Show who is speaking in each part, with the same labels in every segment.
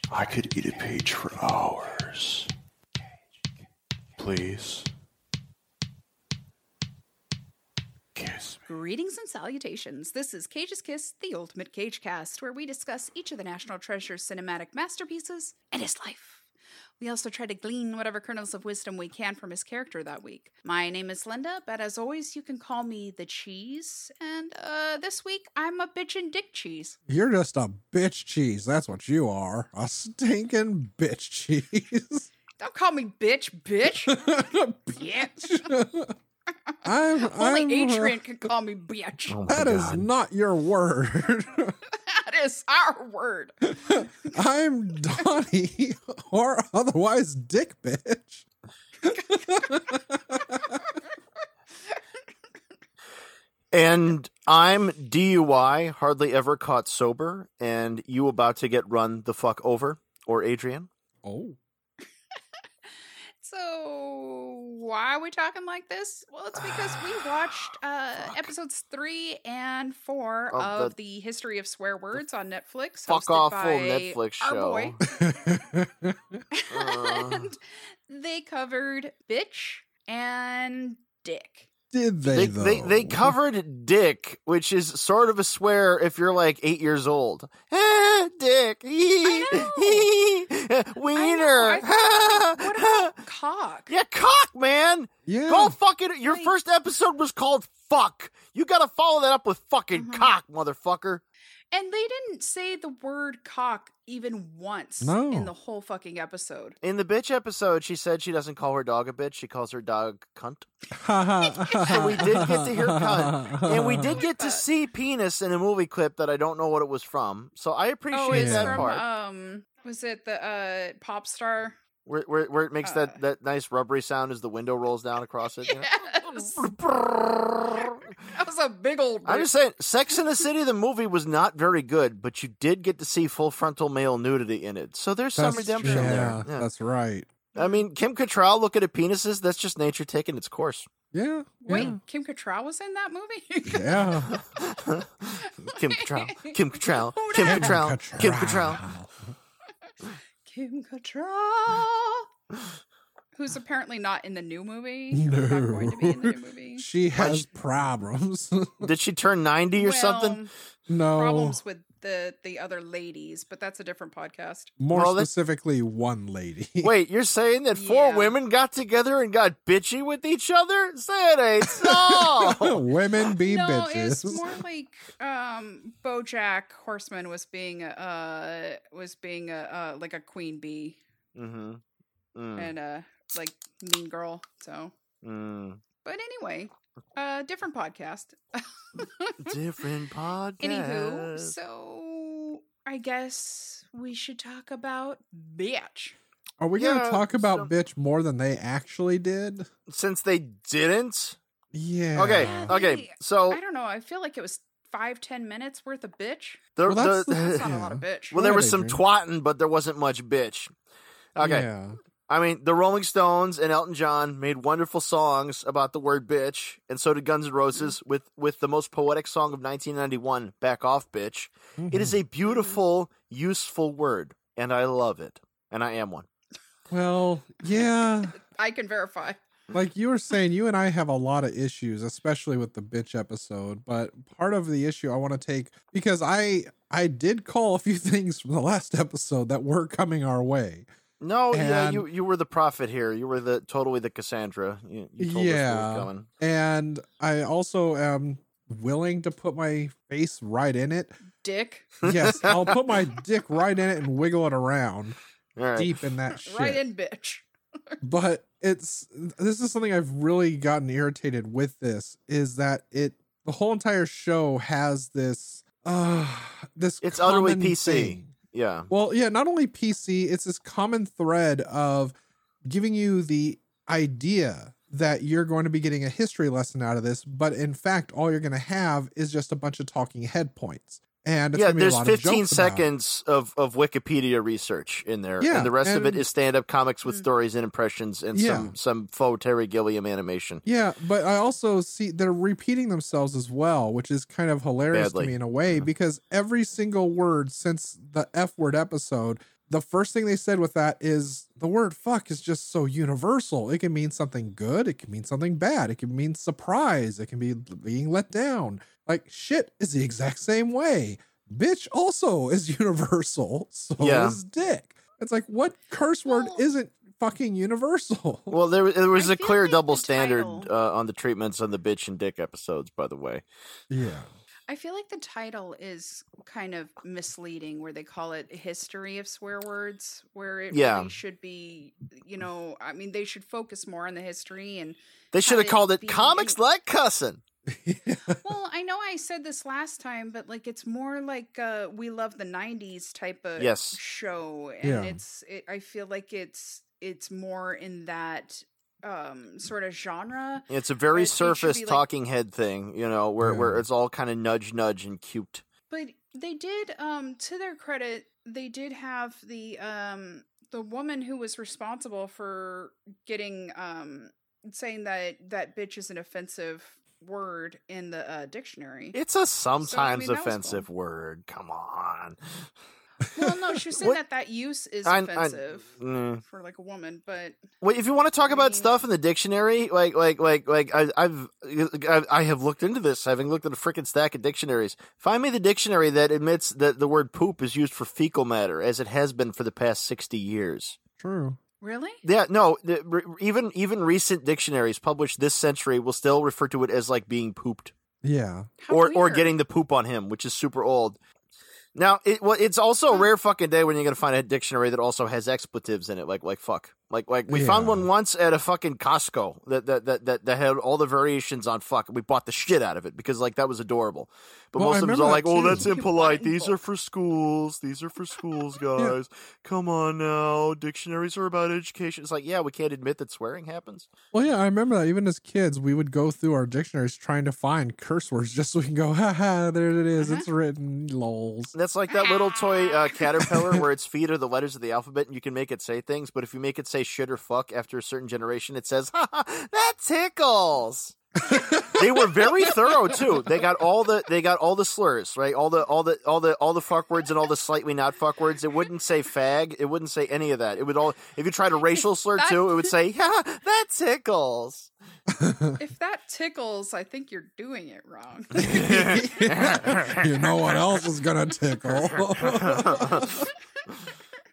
Speaker 1: to page for hours. Please. Kiss me.
Speaker 2: Greetings and salutations. This is Cage's Kiss, the ultimate cage cast, where we discuss each of the National Treasure's cinematic masterpieces and his life. We also try to glean whatever kernels of wisdom we can from his character that week. My name is Linda, but as always, you can call me the cheese. And uh, this week, I'm a bitchin' dick cheese.
Speaker 3: You're just a bitch cheese. That's what you are. A stinking bitch cheese.
Speaker 2: Don't call me bitch, bitch.
Speaker 3: bitch. I'm,
Speaker 2: Only
Speaker 3: I'm, uh,
Speaker 2: Adrian can call me bitch.
Speaker 3: That
Speaker 4: Oh
Speaker 3: is not your word.
Speaker 2: That is our word.
Speaker 3: I'm Donnie, or otherwise Dick Bitch.
Speaker 4: And I'm DUI, hardly ever caught sober, and you about to get run the fuck over, or Adrian.
Speaker 3: Oh.
Speaker 2: So why are we talking like this? Well, it's because we watched uh,
Speaker 4: Fuck.
Speaker 2: episodes three and four
Speaker 4: Of
Speaker 2: of
Speaker 4: the-
Speaker 2: the History of Swear Words on Netflix.
Speaker 4: Fuck
Speaker 2: hosted
Speaker 4: off
Speaker 2: by
Speaker 4: full Netflix
Speaker 2: our
Speaker 4: show.
Speaker 2: boy.
Speaker 4: Uh.
Speaker 2: and they covered bitch and dick.
Speaker 3: Did
Speaker 4: They,
Speaker 3: they, though?
Speaker 4: they they covered dick, which is sort of a swear if you're like eight years old. Ah, dick,
Speaker 2: I
Speaker 4: wiener,
Speaker 2: I What about cock?
Speaker 4: yeah, cock, man.
Speaker 3: Yeah.
Speaker 4: Go fucking. Your
Speaker 2: Like-
Speaker 4: first episode was called fuck. You gotta follow that up with fucking
Speaker 2: Mhm.
Speaker 4: cock, motherfucker.
Speaker 2: And they didn't say the word cock even once
Speaker 3: No.
Speaker 2: in the whole fucking episode.
Speaker 4: In the bitch episode, she said she doesn't call her dog a bitch. She calls her dog cunt.
Speaker 3: so
Speaker 4: we did get to hear cunt, And we did get to
Speaker 2: that.
Speaker 4: see penis in a movie clip that I don't know what it was from. So I appreciate
Speaker 2: oh, it's
Speaker 4: that
Speaker 2: from
Speaker 4: part
Speaker 2: um was it the uh pop star?
Speaker 4: where, where, where it makes
Speaker 2: uh,
Speaker 4: that, that nice rubbery sound as the window rolls down across it. you know?
Speaker 2: Yes. That was a big old.
Speaker 4: I'm
Speaker 2: dick.
Speaker 4: just saying, Sex in the City, the movie was not very good, but you did get to see full frontal male nudity in it. So there's some
Speaker 3: That's,
Speaker 4: redemption
Speaker 3: yeah,
Speaker 4: there. Yeah.
Speaker 3: that's right.
Speaker 4: I mean, Kim Cattrall looking at penises, that's just nature taking its course.
Speaker 3: Yeah.
Speaker 2: Wait, Kim Cattrall was in that movie.
Speaker 3: Yeah.
Speaker 4: Kim Cattrall. Kim Cattrall.
Speaker 2: Who
Speaker 4: Kim
Speaker 2: dat?
Speaker 4: Cattrall. Kim Cattrall.
Speaker 2: Kim Cattrall, who's apparently not in the new movie. or Not going to be in the new
Speaker 3: No.
Speaker 2: movie.
Speaker 3: She has problems.
Speaker 4: Did she turn 90 or something?
Speaker 3: no.
Speaker 2: Problems with the the other ladies, but that's a different podcast.
Speaker 3: More
Speaker 4: Well, that-
Speaker 3: specifically, one lady.
Speaker 4: Wait, you're saying that four
Speaker 2: Yeah.
Speaker 4: women got together and got bitchy with each other? Say it ain't so.
Speaker 3: Women be
Speaker 2: no,
Speaker 3: bitches.
Speaker 2: it's more like um, BoJack Horseman was being uh was being a uh, like a queen bee
Speaker 4: mm-hmm. Mm,
Speaker 2: and a like mean girl. So
Speaker 4: mm.
Speaker 2: But anyway, uh different podcast.
Speaker 4: Different podcast.
Speaker 2: Anywho, so I guess we should talk about bitch.
Speaker 3: Are we going to
Speaker 4: Yeah,
Speaker 3: talk about
Speaker 4: so-
Speaker 3: bitch more than they actually did?
Speaker 4: Since they didn't.
Speaker 3: Yeah.
Speaker 4: Okay,
Speaker 2: Yeah,
Speaker 4: okay.
Speaker 2: they-
Speaker 4: So
Speaker 2: I don't know. I feel like it was five, ten minutes worth of bitch.
Speaker 4: there,
Speaker 3: Well, that's
Speaker 4: there-
Speaker 2: That's not a lot of
Speaker 3: Yeah.
Speaker 2: bitch.
Speaker 4: well, there
Speaker 3: Go
Speaker 4: was
Speaker 3: ahead,
Speaker 4: some
Speaker 3: Adrian.
Speaker 4: twatting, but there wasn't much bitch. Okay.
Speaker 3: Yeah.
Speaker 4: I mean, the Rolling Stones and Elton John made wonderful songs about the word bitch, and so did Guns N' Roses
Speaker 2: Mm-hmm.
Speaker 4: with, with the most poetic song of 1991, Back Off Bitch. It is
Speaker 3: Mm-hmm.
Speaker 4: a beautiful, useful word, and I love it. And I am one.
Speaker 3: Mm-hmm. Well, yeah.
Speaker 2: I can verify.
Speaker 3: Like you were saying, you and I have a lot of issues, especially with the bitch episode. But part of the issue I want to take because I I did call a few things from the last episode that were coming our way.
Speaker 4: No, yeah,
Speaker 3: And-
Speaker 4: you, you were the prophet here. You were the totally the Cassandra. You, you told us what
Speaker 3: Yeah.
Speaker 4: was coming.
Speaker 3: And I also am willing to put my face right in it.
Speaker 2: Dick.
Speaker 3: Yes, I'll put my dick right in it and wiggle it around
Speaker 4: All right.
Speaker 3: deep in that shit.
Speaker 2: Right in bitch.
Speaker 3: but it's this is something I've really gotten irritated with this is that it the whole entire show has this uh this
Speaker 4: It's utterly
Speaker 3: common
Speaker 4: PC.
Speaker 3: thing.
Speaker 4: Yeah.
Speaker 3: Well, yeah, not only PC, it's this common thread of giving you the idea that you're going to be getting a history lesson out of this, but in fact, all you're going to have is just a bunch of talking head points. And it's
Speaker 4: Yeah,
Speaker 3: gonna be a
Speaker 4: there's
Speaker 3: lot of
Speaker 4: 15
Speaker 3: jokes about it.
Speaker 4: seconds of, of Wikipedia research in there,
Speaker 3: Yeah,
Speaker 4: and the rest of it
Speaker 3: and-
Speaker 4: is stand up comics with
Speaker 2: Mm.
Speaker 4: stories and impressions and
Speaker 3: Yeah.
Speaker 4: some, some faux Terry Gilliam animation.
Speaker 3: Yeah, but I also see they're repeating themselves as well, which is kind of hilarious
Speaker 4: Badly.
Speaker 3: to me in a way
Speaker 4: Yeah.
Speaker 3: because every single word since the F word episode, the first thing they said with that is the word fuck is just so universal. It can mean something good, it can mean something bad, it can mean surprise, it can be being let down. Like shit is the exact same way. Bitch also is universal, so
Speaker 4: Yeah.
Speaker 3: is dick. It's like what curse word
Speaker 2: Well-
Speaker 3: isn't fucking universal?
Speaker 4: Well, there there was
Speaker 2: I
Speaker 4: a
Speaker 2: feel
Speaker 4: clear
Speaker 2: like
Speaker 4: double
Speaker 2: the
Speaker 4: standard
Speaker 2: title-
Speaker 4: uh, on the treatments on the bitch and dick episodes, by the way.
Speaker 3: yeah.
Speaker 2: I feel like the title is kind of misleading, where they call it "History of Swear Words," where it
Speaker 4: Yeah.
Speaker 2: really should be, you know, I mean, they should focus more on the history. And
Speaker 4: They should have
Speaker 2: it
Speaker 4: called
Speaker 2: be-
Speaker 4: it comics like cussing.
Speaker 2: well, I know I said this last time, but like it's more like uh, we love the '90s type of
Speaker 4: Yes.
Speaker 2: show, and
Speaker 3: Yeah.
Speaker 2: it's. It, I feel like it's it's more in that um sort of genre.
Speaker 4: It's a
Speaker 2: But
Speaker 4: very
Speaker 2: it should
Speaker 4: surface
Speaker 2: be like-
Speaker 4: talking head thing, you know, where, where
Speaker 3: Yeah.
Speaker 4: it's all kind of nudge nudge and cute.
Speaker 2: But they did, um, to their credit, they did have the um the woman who was responsible for getting um saying that that bitch is an offensive word in the uh, dictionary.
Speaker 4: It's a sometimes
Speaker 2: that was
Speaker 4: offensive word. Come on.
Speaker 2: well, no, she was saying
Speaker 4: What-
Speaker 2: that that use is
Speaker 4: I- I-
Speaker 2: offensive
Speaker 4: Mm.
Speaker 2: for like a woman, but
Speaker 4: Wait, if you want to talk
Speaker 2: I
Speaker 4: about
Speaker 2: mean-
Speaker 4: stuff in the dictionary, like like like like I, I've I, I have looked into this, having looked at a freaking stack of dictionaries. Find me the dictionary that admits that the word poop is used for fecal matter, as it has been for the past sixty years.
Speaker 3: True.
Speaker 2: really,
Speaker 4: Yeah, no, the, re, even even recent dictionaries published this century will still refer to it as like being pooped
Speaker 3: Yeah.
Speaker 2: How
Speaker 4: or or
Speaker 2: weird.
Speaker 4: getting the poop on him, which is super old. Now, it well, it's also a rare fucking day when you're gonna find a dictionary that also has expletives in it, like like fuck, like like we found
Speaker 3: Yeah.
Speaker 4: one once at a fucking Costco that that, that that that had all the variations on fuck. We bought the shit out of it because like that was adorable, but
Speaker 3: Well, I
Speaker 4: most of them
Speaker 3: remember
Speaker 4: are
Speaker 3: that
Speaker 4: like, oh,
Speaker 3: too.
Speaker 4: that's
Speaker 2: You bought
Speaker 4: impolite.
Speaker 2: it in
Speaker 4: These
Speaker 2: bulk."
Speaker 4: are for schools. These are for schools, guys. Come on now, dictionaries are about education. It's like, yeah, we can't admit that swearing happens.
Speaker 3: Well, yeah, I remember that. Even as kids, we would go through our dictionaries trying to find curse words just so we can go, ha ha, there it
Speaker 4: Mm-hmm.
Speaker 3: is, It's written, lols.
Speaker 4: That's like that little toy uh, caterpillar where its feet are the letters of the alphabet and you can make it say things, but if you make it say shit or fuck after a certain generation, it says, "Ha ha, that tickles. they were very thorough too. They got all the they got all the slurs, right? All the all the all the all the fuck words and all the slightly not fuck words. It wouldn't say fag, it wouldn't say any of that. It would all if you tried a racial slur too, it would say, "Ha ha, that tickles.
Speaker 2: if that tickles, I think you're doing it wrong.
Speaker 3: you know what else is going to tickle?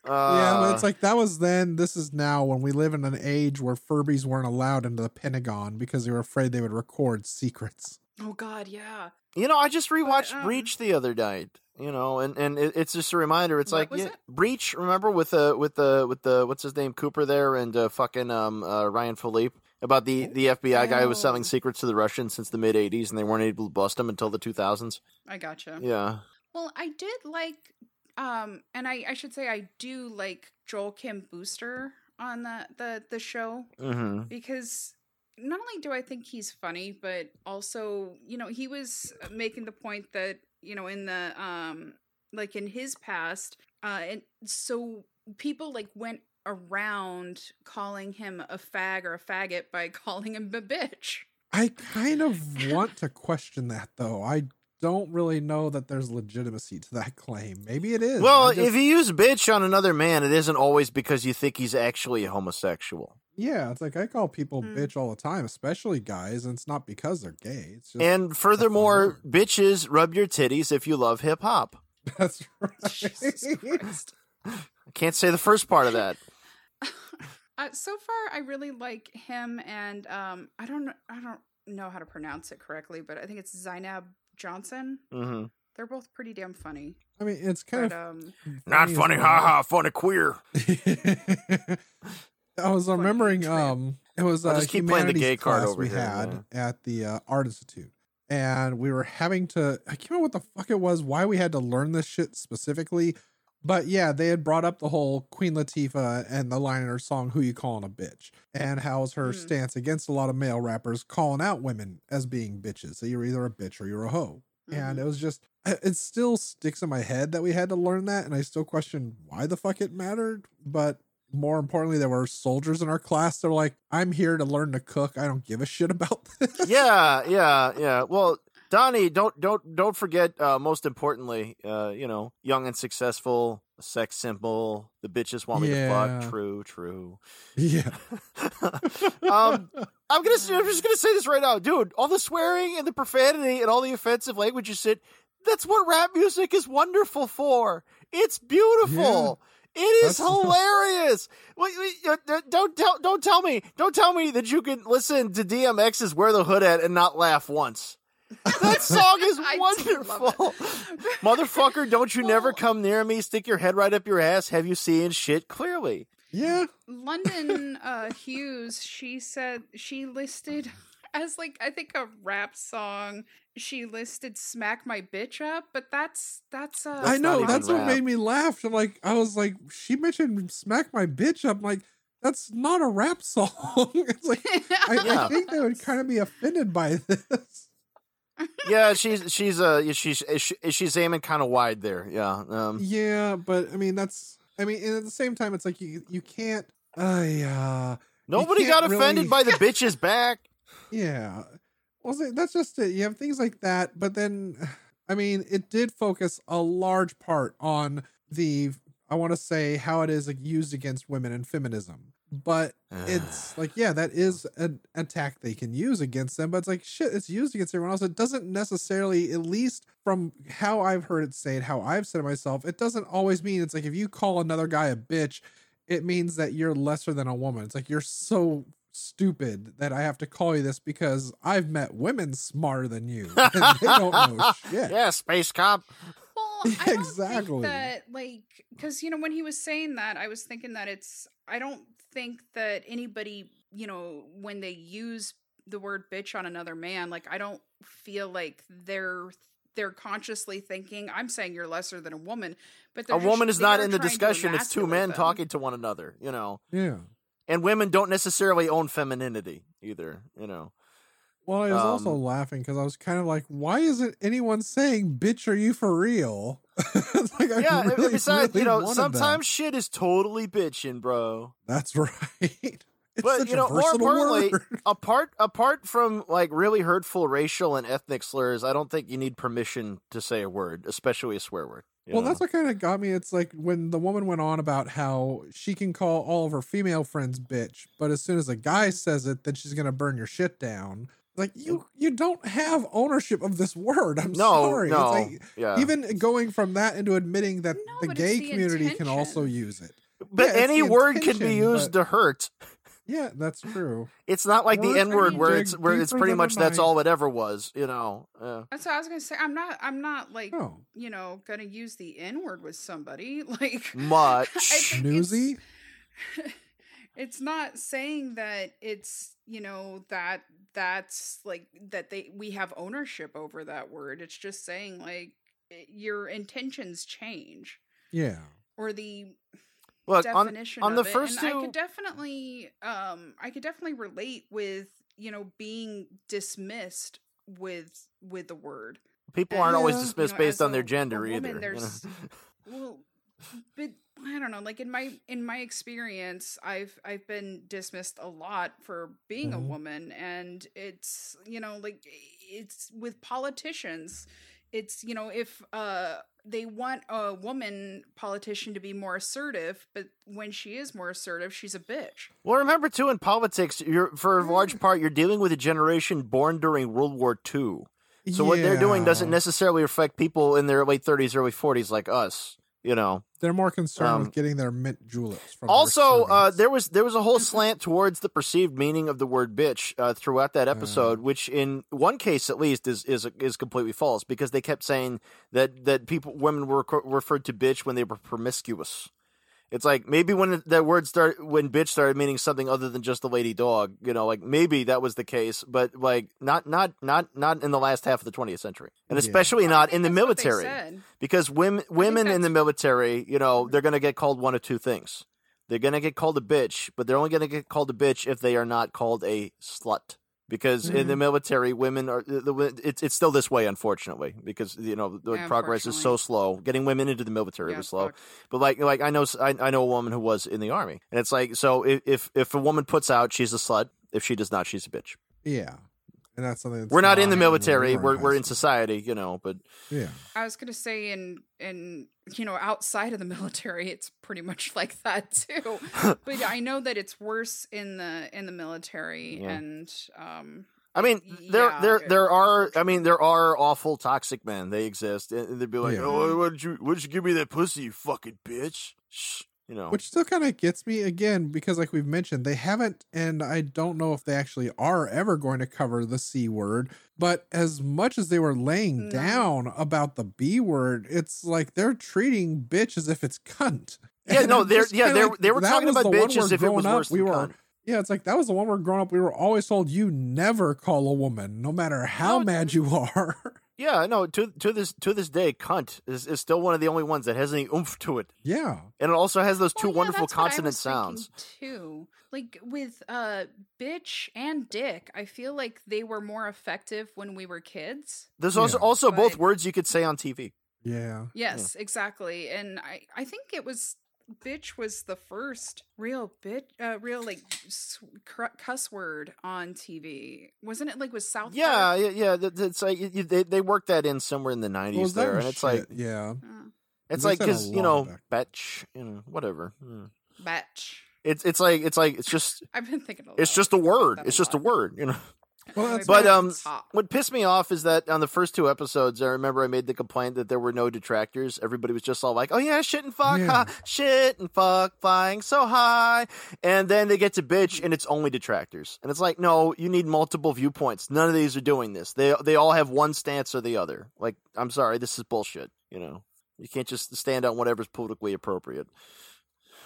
Speaker 4: Uh,
Speaker 3: yeah, but it's like that was then. This is now when we live in an age where Furbies weren't allowed into the Pentagon because they were afraid they would record secrets.
Speaker 2: oh God, yeah.
Speaker 4: You know, I just rewatched
Speaker 2: um,
Speaker 4: Breach the other night. You know, and and it, it's just a reminder. It's
Speaker 2: What
Speaker 4: like
Speaker 2: was
Speaker 4: yeah,
Speaker 2: it?
Speaker 4: Breach. Remember with the with the with the what's his name Cooper there and uh, fucking um uh, Ryan Philippe about the the FBI guy who was
Speaker 2: Oh.
Speaker 4: selling secrets to the Russians since the mid '80s, and they weren't able to bust him until the 2000s.
Speaker 2: I gotcha.
Speaker 4: Yeah,
Speaker 2: Well, I did like, um, and I, I should say I do like Joel Kim Booster on the the the show
Speaker 4: hmm
Speaker 2: because not only do I think he's funny, but also you know he was uh, making the point that you know in the um like in his past, uh, and so people like went around calling him a fag or a faggot by calling him a bitch.
Speaker 3: I kind of want to question that though. I don't really know that there's legitimacy to that claim. Maybe it is.
Speaker 4: Well,
Speaker 3: I just-
Speaker 4: if you use bitch on another man, it isn't always because you think he's actually homosexual.
Speaker 3: Yeah, it's like I call people
Speaker 2: Mm.
Speaker 3: bitch all the time, especially guys, and it's not because they're gay. It's just
Speaker 4: and furthermore,
Speaker 3: word.
Speaker 4: bitches rub your titties if you love hip hop.
Speaker 3: that's right.
Speaker 2: Jesus Christ.
Speaker 4: I can't say the first part of that.
Speaker 2: Uh, so far, I really like him, and um, I don't, kn- I don't know how to pronounce it correctly, but I think it's Zainab Johnson.
Speaker 4: hmm
Speaker 2: They're both pretty damn funny.
Speaker 3: I mean, it's kind
Speaker 2: But
Speaker 3: of
Speaker 2: um,
Speaker 4: Not funny, haha, funny queer.
Speaker 3: ha. I was remembering.
Speaker 2: trip.
Speaker 3: Um, it was
Speaker 4: I'll
Speaker 3: uh,
Speaker 4: just keep playing the
Speaker 3: humanities
Speaker 4: gay card
Speaker 3: class
Speaker 4: over
Speaker 3: we
Speaker 4: here,
Speaker 3: had at the uh, Art Institute, and we were having to. I can't remember what the fuck it was. Why we had to learn this shit specifically, but yeah, they had brought up the whole Queen Latifah and the line in her song "Who You Calling a Bitch" and how's her
Speaker 2: Mhm.
Speaker 3: stance against a lot of male rappers calling out women as being bitches. So you're either a bitch or you're a hoe. and
Speaker 2: mhm.
Speaker 4: Mm-hmm.
Speaker 3: it was just uh, it it still sticks in my head that we had to learn that and i still question why the fuck it mattered but more importantly there were soldiers in our class that were like i'm here to learn to cook i don't give a shit about this
Speaker 4: yeah, yeah, yeah. Well, Donnie, don't don't don't forget. Uh, most importantly, uh, you know, young and successful, a sex symbol. The bitches want me to
Speaker 3: Yeah.
Speaker 4: fuck. True, true.
Speaker 3: Yeah.
Speaker 4: um, I'm gonna. I'm just gonna say this right now, dude. All the swearing and the profanity and all the offensive language and shit. That's what rap music is wonderful for. It's beautiful. It is
Speaker 3: That's-
Speaker 4: hilarious. Wait, wait, uh, uh, don't tell. Don't tell me. Don't tell me that you can listen to DMX's "Wear the Hood" at and not laugh once. That song is
Speaker 2: I do
Speaker 4: wonderful. Motherfucker, don't you never
Speaker 2: Well-
Speaker 4: come near me. Stick your head right up your ass. Have you seen shit clearly?
Speaker 3: Yeah.
Speaker 2: London uh, Hughes, she said she listed as like I think a rap song. She listed "Smack My Bitch Up," but that's that's uh,
Speaker 4: That's
Speaker 3: I know.
Speaker 4: not
Speaker 3: That's
Speaker 4: even
Speaker 3: what
Speaker 4: rap.
Speaker 3: made me laugh. I'm like, I was like, she mentioned smack my bitch. I'm like, that's not a rap song. it's like, I, I
Speaker 4: Yeah.
Speaker 3: think they would kind of be offended by this.
Speaker 4: yeah, she's she's uh she's she's aiming kind of wide there. Yeah. Um,
Speaker 3: Yeah, but I mean, that's. I mean, and at the same time, it's like you you can't. Uh, yeah,
Speaker 4: nobody
Speaker 3: can't
Speaker 4: got offended by
Speaker 3: really-
Speaker 4: the bitch's back.
Speaker 3: yeah. Well, see, that's just it. You have things like that, but then, I mean, it did focus a large part on the. I want to say how it is like, used against women and feminism, but it's like yeah that is an attack they can use against them but it's like shit it's used against everyone else it doesn't necessarily at least from how i've heard it said how i've said it myself it doesn't always mean it's like if you call another guy a bitch it means that you're lesser than a woman it's like you're so stupid that i have to call you this because i've met women smarter than you and they don't know shit
Speaker 4: yeah, space cop.
Speaker 2: Well,
Speaker 3: Yeah,
Speaker 2: I don't
Speaker 3: exactly.
Speaker 2: think that like because you know when he was saying that, I was thinking that it's I don't think that anybody you know when they use the word bitch on another man, like I don't feel like they're they're consciously thinking I'm saying you're lesser than a woman, but
Speaker 4: A
Speaker 2: they're just-
Speaker 4: woman is
Speaker 2: they
Speaker 4: not
Speaker 2: are
Speaker 4: in the
Speaker 2: trying to
Speaker 4: discussion. It's two
Speaker 2: emasculate
Speaker 4: men
Speaker 2: them.
Speaker 4: talking to one another. You know,
Speaker 3: yeah
Speaker 4: and women don't necessarily own femininity either. You know,
Speaker 3: well i was also
Speaker 4: Um,
Speaker 3: laughing because i was kind of like why isn't anyone saying bitch are you for real It's like, I
Speaker 4: yeah. and
Speaker 3: really,
Speaker 4: besides,
Speaker 3: really
Speaker 4: you know,
Speaker 3: wanted that.
Speaker 4: sometimes shit is totally bitching, bro.
Speaker 3: That's right. It's
Speaker 4: but
Speaker 3: such
Speaker 4: you
Speaker 3: a
Speaker 4: know, more
Speaker 3: versatile
Speaker 4: importantly,
Speaker 3: word.
Speaker 4: apart apart from like really hurtful racial and ethnic slurs, I don't think you need permission to say a word, especially a swear word. you
Speaker 3: Well,
Speaker 4: know?
Speaker 3: that's what kind of got me. It's like when the woman went on about how she can call all of her female friends bitch, but as soon as a guy says it, then she's gonna burn your shit down. Like you, you don't have ownership of this word. I'm
Speaker 4: no,
Speaker 3: sorry.
Speaker 4: no,
Speaker 3: It's like,
Speaker 4: yeah.
Speaker 3: even going from that into admitting that
Speaker 2: No,
Speaker 3: the
Speaker 2: but it's
Speaker 3: gay
Speaker 2: the
Speaker 3: community can also
Speaker 2: intention.
Speaker 3: use it.
Speaker 4: But
Speaker 3: Yeah, it's
Speaker 4: any
Speaker 3: the
Speaker 4: word can be
Speaker 3: intention,
Speaker 4: used
Speaker 3: but-
Speaker 4: to hurt.
Speaker 3: Yeah, that's true.
Speaker 4: It's not like the
Speaker 3: Words
Speaker 4: N word
Speaker 2: can
Speaker 4: where
Speaker 2: dig
Speaker 4: it's where it's
Speaker 3: deeper
Speaker 4: pretty
Speaker 3: than
Speaker 4: much
Speaker 3: the
Speaker 4: that's
Speaker 3: mind.
Speaker 4: all it ever was. You know. Uh,
Speaker 2: That's what I was gonna say. I'm not. I'm not like
Speaker 3: Oh,
Speaker 2: you know gonna use the N word with somebody like
Speaker 4: much.
Speaker 2: think it's-
Speaker 3: snoozy.
Speaker 2: it's not saying that it's you know that that's like that they we have ownership over that word it's just saying like i- your intentions change
Speaker 3: Yeah.
Speaker 2: or the
Speaker 4: Look on
Speaker 2: definition
Speaker 4: on
Speaker 2: of
Speaker 4: the
Speaker 2: it.
Speaker 4: first
Speaker 2: and
Speaker 4: two-
Speaker 2: i could definitely um i could definitely relate with you know being dismissed with with the word
Speaker 4: people aren't always
Speaker 3: Yeah.
Speaker 4: dismissed
Speaker 2: You know,
Speaker 4: based
Speaker 2: as
Speaker 4: on
Speaker 2: a-
Speaker 4: their
Speaker 2: a
Speaker 4: gender
Speaker 2: woman,
Speaker 4: either. you know?
Speaker 2: there's- well but i don't know like in my in my experience i've i've been dismissed a lot for being
Speaker 4: Mm-hmm.
Speaker 3: Mhm.
Speaker 2: a woman and it's you know like it's with politicians it's you know if uh they want a woman politician to be more assertive but when she is more assertive she's a bitch
Speaker 4: Well, remember too in politics, you're for a
Speaker 2: Mm.
Speaker 4: large part you're dealing with a generation born during World War II. So what they're doing doesn't
Speaker 3: Yeah.
Speaker 4: necessarily affect people in their late 30s, early 40s like us. You know.
Speaker 3: They're more concerned
Speaker 4: Um,
Speaker 3: with getting their mint juleps from their
Speaker 4: Also, uh,
Speaker 3: servants.
Speaker 4: there was there was a whole slant towards the perceived meaning of the word "bitch" uh, throughout
Speaker 3: Mm.
Speaker 4: that episode, which in one case at least is is is completely false because they kept saying that that people women were co- referred to "bitch" when they were promiscuous. It's like maybe when that word started when "bitch" started meaning something other than just the lady dog, you know, like maybe that was the case, but like not not not not in the last half of the 20th century, and
Speaker 3: Yeah.
Speaker 4: especially
Speaker 2: Well, I
Speaker 4: not
Speaker 2: think
Speaker 4: in the
Speaker 2: that's what they
Speaker 4: military
Speaker 2: said.
Speaker 4: because women women in the
Speaker 2: that's-
Speaker 4: military, you know, they're going to get called one of two things. They're going to get called a bitch, but they're only going to get called a bitch if they are not called a slut. Because in
Speaker 2: Mm-hmm.
Speaker 4: the military, women are the- the- it's it's still this way, unfortunately, because you know the
Speaker 2: Yeah,
Speaker 4: progress is so
Speaker 2: unfortunately.
Speaker 4: slow. Getting women into the military
Speaker 2: Yeah,
Speaker 4: was slow.
Speaker 2: fuck.
Speaker 4: But like like I know I, I know a woman who was in the army, and it's like so if if, if a woman puts out, she's a slut. If she does not, she's a bitch.
Speaker 3: Yeah. and that's something that's
Speaker 4: We're not
Speaker 3: gone
Speaker 4: in the
Speaker 3: when
Speaker 4: military.
Speaker 3: were
Speaker 4: We're we're
Speaker 3: high
Speaker 4: in society, you know. But
Speaker 3: school. Yeah,
Speaker 2: I was gonna say in in you know outside of the military, it's pretty much like that too. but I know that it's worse in the in the military,
Speaker 4: Yeah.
Speaker 2: and um,
Speaker 4: I mean, there
Speaker 2: Yeah,
Speaker 4: there
Speaker 2: it-
Speaker 4: there are. I mean, there are awful toxic men. They exist, and and they'd be like,
Speaker 3: Yeah.
Speaker 4: "Oh, what did you? What did you give me that pussy, you fucking bitch?" Shh, you know.
Speaker 3: which still kind of gets me again because, like we've mentioned, they haven't, and I don't know if they actually are ever going to cover the c word. But as much as they were laying
Speaker 2: No.
Speaker 3: down about the b word, it's like they're treating bitch as if it's cunt.
Speaker 4: yeah,
Speaker 3: And
Speaker 4: no,
Speaker 3: I'm
Speaker 4: they're
Speaker 3: just
Speaker 4: yeah,
Speaker 3: kinda
Speaker 4: they
Speaker 3: like,
Speaker 4: they were
Speaker 3: that
Speaker 4: talking
Speaker 3: was
Speaker 4: about
Speaker 3: the one
Speaker 4: bitches.
Speaker 3: word
Speaker 4: if it was
Speaker 3: growing up,
Speaker 4: worse,
Speaker 3: we
Speaker 4: than
Speaker 3: were
Speaker 4: cunt.
Speaker 3: Yeah, it's like that was the one where growing up we were always told you never call a woman, no matter how
Speaker 4: No,
Speaker 3: mad you are.
Speaker 4: Yeah, no. To to this to this day, cunt is, is still one of the only ones that has any oomph to it,
Speaker 3: yeah.
Speaker 4: and it also has those two
Speaker 2: Well, Oh, yeah,
Speaker 4: wonderful
Speaker 2: that's what I
Speaker 4: consonant
Speaker 2: was thinking,
Speaker 4: sounds.
Speaker 2: too. Like with uh, bitch and dick, I feel like they were more effective when we were kids.
Speaker 4: There's also
Speaker 3: Yeah.
Speaker 4: also both
Speaker 2: But-
Speaker 4: words you could say on TV.
Speaker 3: Yeah.
Speaker 2: Yes, exactly. And I I think it was bitch was the first real bit uh, real like s- cr- cuss word on TV. Wasn't it like with South
Speaker 4: Yeah,
Speaker 2: Park?
Speaker 4: yeah, yeah. that- That's like you- you- they they worked that in somewhere in the
Speaker 3: Well,
Speaker 4: '90s
Speaker 3: that
Speaker 4: there,
Speaker 3: was
Speaker 4: and it's like
Speaker 3: shit, yeah.
Speaker 2: Uh,
Speaker 4: it's
Speaker 3: They
Speaker 4: like
Speaker 3: said a
Speaker 4: because you
Speaker 3: lot
Speaker 4: know
Speaker 3: back-
Speaker 4: bitch, you know whatever. Hmm. Yeah.
Speaker 2: bitch.
Speaker 4: It's it's like it's like it's just
Speaker 2: I've been thinking a lot.
Speaker 4: it's just a word.
Speaker 2: that
Speaker 4: It's
Speaker 2: a
Speaker 4: just a
Speaker 2: lot.
Speaker 4: word, you know.
Speaker 3: Well,
Speaker 2: I
Speaker 3: that's-
Speaker 2: brought
Speaker 4: But
Speaker 2: it to
Speaker 4: um,
Speaker 2: the top.
Speaker 4: what pissed me off is that on the first two episodes, I remember I made the complaint that there were no detractors. Everybody was just all like, "Oh yeah, shit and fuck, huh?
Speaker 3: Yeah.
Speaker 4: shit and fuck, flying so high," and then they get to bitch, and it's only detractors. And it's like, no, you need multiple viewpoints. None of these are doing this. They they all have one stance or the other. Like, I'm sorry, this is bullshit. You know, you can't just stand on whatever's politically appropriate.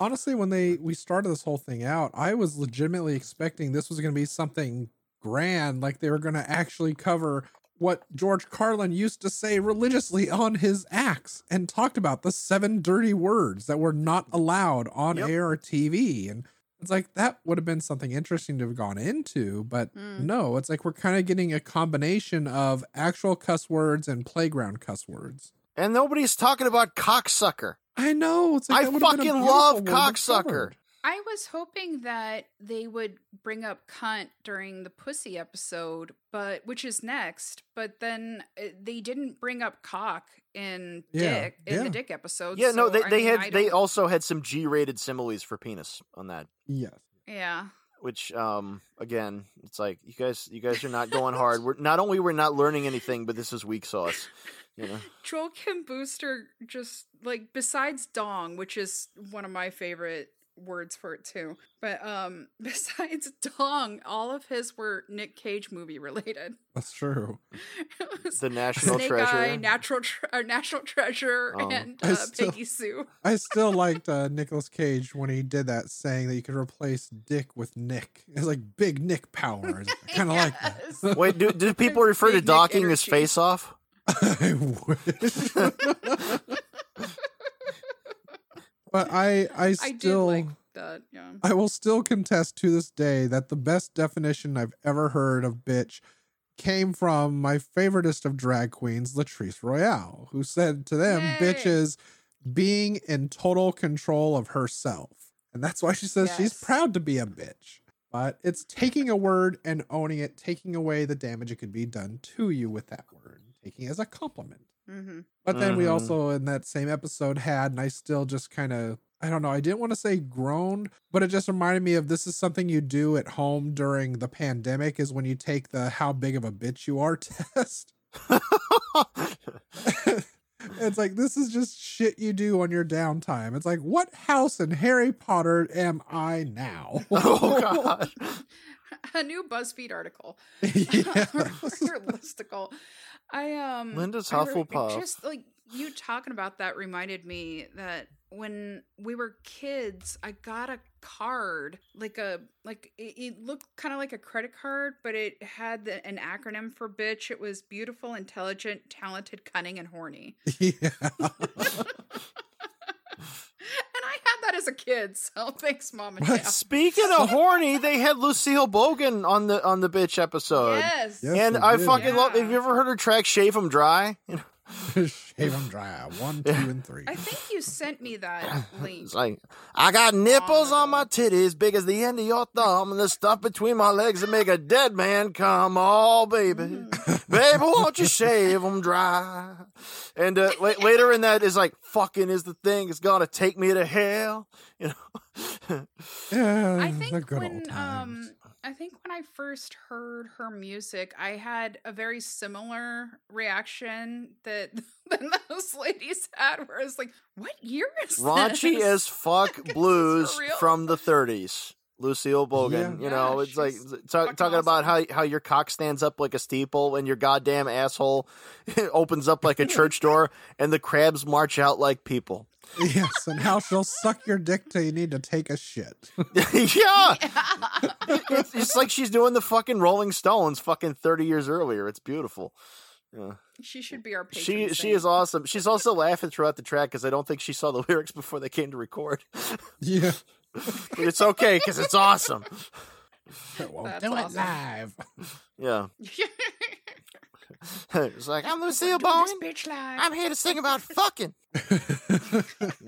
Speaker 3: honestly when they we started this whole thing out i was legitimately expecting this was going to be something grand like they were going to actually cover what george carlin used to say religiously on his acts and talked about the seven dirty words that were not allowed on
Speaker 4: Yep.
Speaker 3: air or tv and it's like that would have been something interesting to have gone into but
Speaker 2: Mm.
Speaker 3: no it's like we're kind of getting a combination of actual cuss words and playground cuss words
Speaker 4: And nobody's talking about cocksucker.
Speaker 3: i know it's like
Speaker 4: I
Speaker 3: that would have been a
Speaker 4: fucking
Speaker 3: beautiful
Speaker 4: love
Speaker 3: word to
Speaker 4: cocksucker.
Speaker 3: cover.
Speaker 2: I was hoping that they would bring up cunt during the pussy episode, but which is next. But then uh, they didn't bring up cock in
Speaker 3: Yeah,
Speaker 2: dick in
Speaker 3: yeah.
Speaker 2: the dick episode.
Speaker 4: Yeah, no,
Speaker 2: so,
Speaker 4: they,
Speaker 2: I
Speaker 4: they
Speaker 2: mean,
Speaker 4: had
Speaker 2: I
Speaker 4: they
Speaker 2: don't-
Speaker 4: also had some G-rated similes for penis on that.
Speaker 3: yes
Speaker 2: yeah.
Speaker 4: which um again it's like you guys you guys are not going hard we're not only we're not learning anything but this is weak sauce you know
Speaker 2: Joel Kim Booster just like besides dong, which is one of my favorite words for it too. But um besides dong, all of his were Nick Cage movie related.
Speaker 3: that's true
Speaker 2: It was
Speaker 4: the national
Speaker 2: Snake
Speaker 4: treasure
Speaker 2: Eye, Natural Tre- uh, National Treasure,
Speaker 4: Oh.
Speaker 2: and
Speaker 3: I
Speaker 2: uh,
Speaker 3: still-
Speaker 2: Peggy Sue.
Speaker 3: I still liked uh, Nicolas Cage when he did that saying that you could replace Dick with Nick. It's like big Nick power. kind of like that.
Speaker 4: wait do, do people refer to
Speaker 2: Big Nick
Speaker 4: docking as
Speaker 2: energy.
Speaker 4: face off
Speaker 3: I wish. but I, I
Speaker 2: I
Speaker 3: still,
Speaker 2: did like that. Yeah.
Speaker 3: I will still contest to this day that the best definition I've ever heard of bitch came from my favoritist of drag queens, Latrice Royale, who said to them,
Speaker 2: Yay.
Speaker 3: bitch is being in total control of herself. And that's why she says she's
Speaker 2: Yes.
Speaker 3: proud to be a bitch. But it's taking a word and owning it, taking away the damage it could be done to you with that word, taking it as a compliment.
Speaker 2: Mm-hmm.
Speaker 3: But then we
Speaker 4: Mhm.
Speaker 3: also in that same episode had, and I still just kind of I don't know, I didn't want to say groaned, but it just reminded me of this is something you do at home during the pandemic is when you take the how big of a bitch you are test.
Speaker 4: Oh,
Speaker 3: it's like this is just shit you do on your downtime. It's like what house in Harry Potter am I now?
Speaker 4: oh god
Speaker 2: A new BuzzFeed article
Speaker 3: yeah.
Speaker 2: or, or listicle. I um.
Speaker 4: Linda's
Speaker 2: I re-
Speaker 4: Hufflepuff.
Speaker 2: Just like you talking about that reminded me that when we were kids, I got a card like a like it, it looked kind of like a credit card, but it had the, an acronym for bitch. It was beautiful, intelligent, talented, cunning, and horny.
Speaker 3: yeah.
Speaker 2: And I had that as a kid, so thanks, mom and
Speaker 3: What?
Speaker 2: dad.
Speaker 4: speaking of horny they had lucille bogan on the on the bitch episode
Speaker 2: Yes.
Speaker 3: Yeah.
Speaker 4: and
Speaker 3: they
Speaker 4: i
Speaker 3: did.
Speaker 4: fucking love
Speaker 2: Yeah.
Speaker 4: have you ever heard her track shave 'em dry You know,
Speaker 3: Shave them dry. One, two, and three.
Speaker 2: I think you sent me that link.
Speaker 4: It's like, I got nipples on my titties big as the end of your thumb, and the stuff between my legs that make a dead man come. Oh, baby. baby, won't you shave them dry? And uh, la- later in that is like, fucking is the thing. It's going to take me to hell. You know?
Speaker 3: Yeah,
Speaker 2: I
Speaker 3: the
Speaker 2: think
Speaker 3: Um, good
Speaker 2: when
Speaker 3: old times.
Speaker 2: um I think when I first heard her music, I had a very similar reaction that than those ladies had, where I was like, "What year is
Speaker 4: Raunchy
Speaker 2: this?"
Speaker 4: as fuck
Speaker 2: Like,
Speaker 4: blues
Speaker 2: is this real?
Speaker 4: from the 30s. Lucille Bogan,
Speaker 3: Yeah.
Speaker 4: you
Speaker 2: Yeah,
Speaker 4: know, it's like
Speaker 2: she's
Speaker 4: talk,
Speaker 2: fucking
Speaker 4: talking about how how your cock stands up like a steeple and your goddamn asshole opens up like a church door and the crabs march out like people.
Speaker 2: um
Speaker 3: yes, and how she'll suck your dick till you need to take a shit.
Speaker 4: yeah,
Speaker 2: Yeah.
Speaker 4: it's, it's like she's doing the fucking Rolling Stones fucking 30 years earlier. It's beautiful. Yeah.
Speaker 2: she should be our patron.
Speaker 4: She she
Speaker 2: saint.
Speaker 4: is awesome. She's also laughing throughout the track because I don't think she saw the lyrics before they came to record.
Speaker 3: yeah.
Speaker 4: But it's okay because it's awesome.
Speaker 3: Well,
Speaker 2: That's
Speaker 3: do it
Speaker 2: awesome.
Speaker 3: live.
Speaker 4: Yeah, it's like I'm Lucille
Speaker 2: Doing
Speaker 4: Bogan.
Speaker 2: this bitch live.
Speaker 4: I'm here to sing about fucking.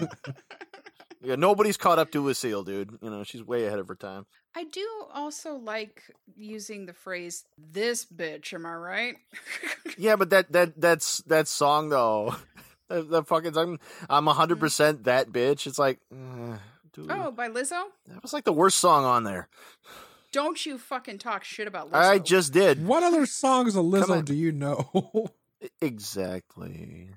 Speaker 4: yeah, nobody's caught up to Lucille, dude. You know, she's way ahead of her time.
Speaker 2: I do also like using the phrase "this bitch." Am I right?
Speaker 4: Yeah, but that that that's that song though. that, that fucking song, I'm 100% that bitch. It's like uh, dude,
Speaker 2: oh, by Lizzo.
Speaker 4: that was like the worst song on there.
Speaker 2: Don't you fucking talk shit about Lizzo.
Speaker 4: I just did.
Speaker 3: What other songs of
Speaker 4: Come
Speaker 3: Lizzo
Speaker 4: on.
Speaker 3: do you know?
Speaker 4: Exactly.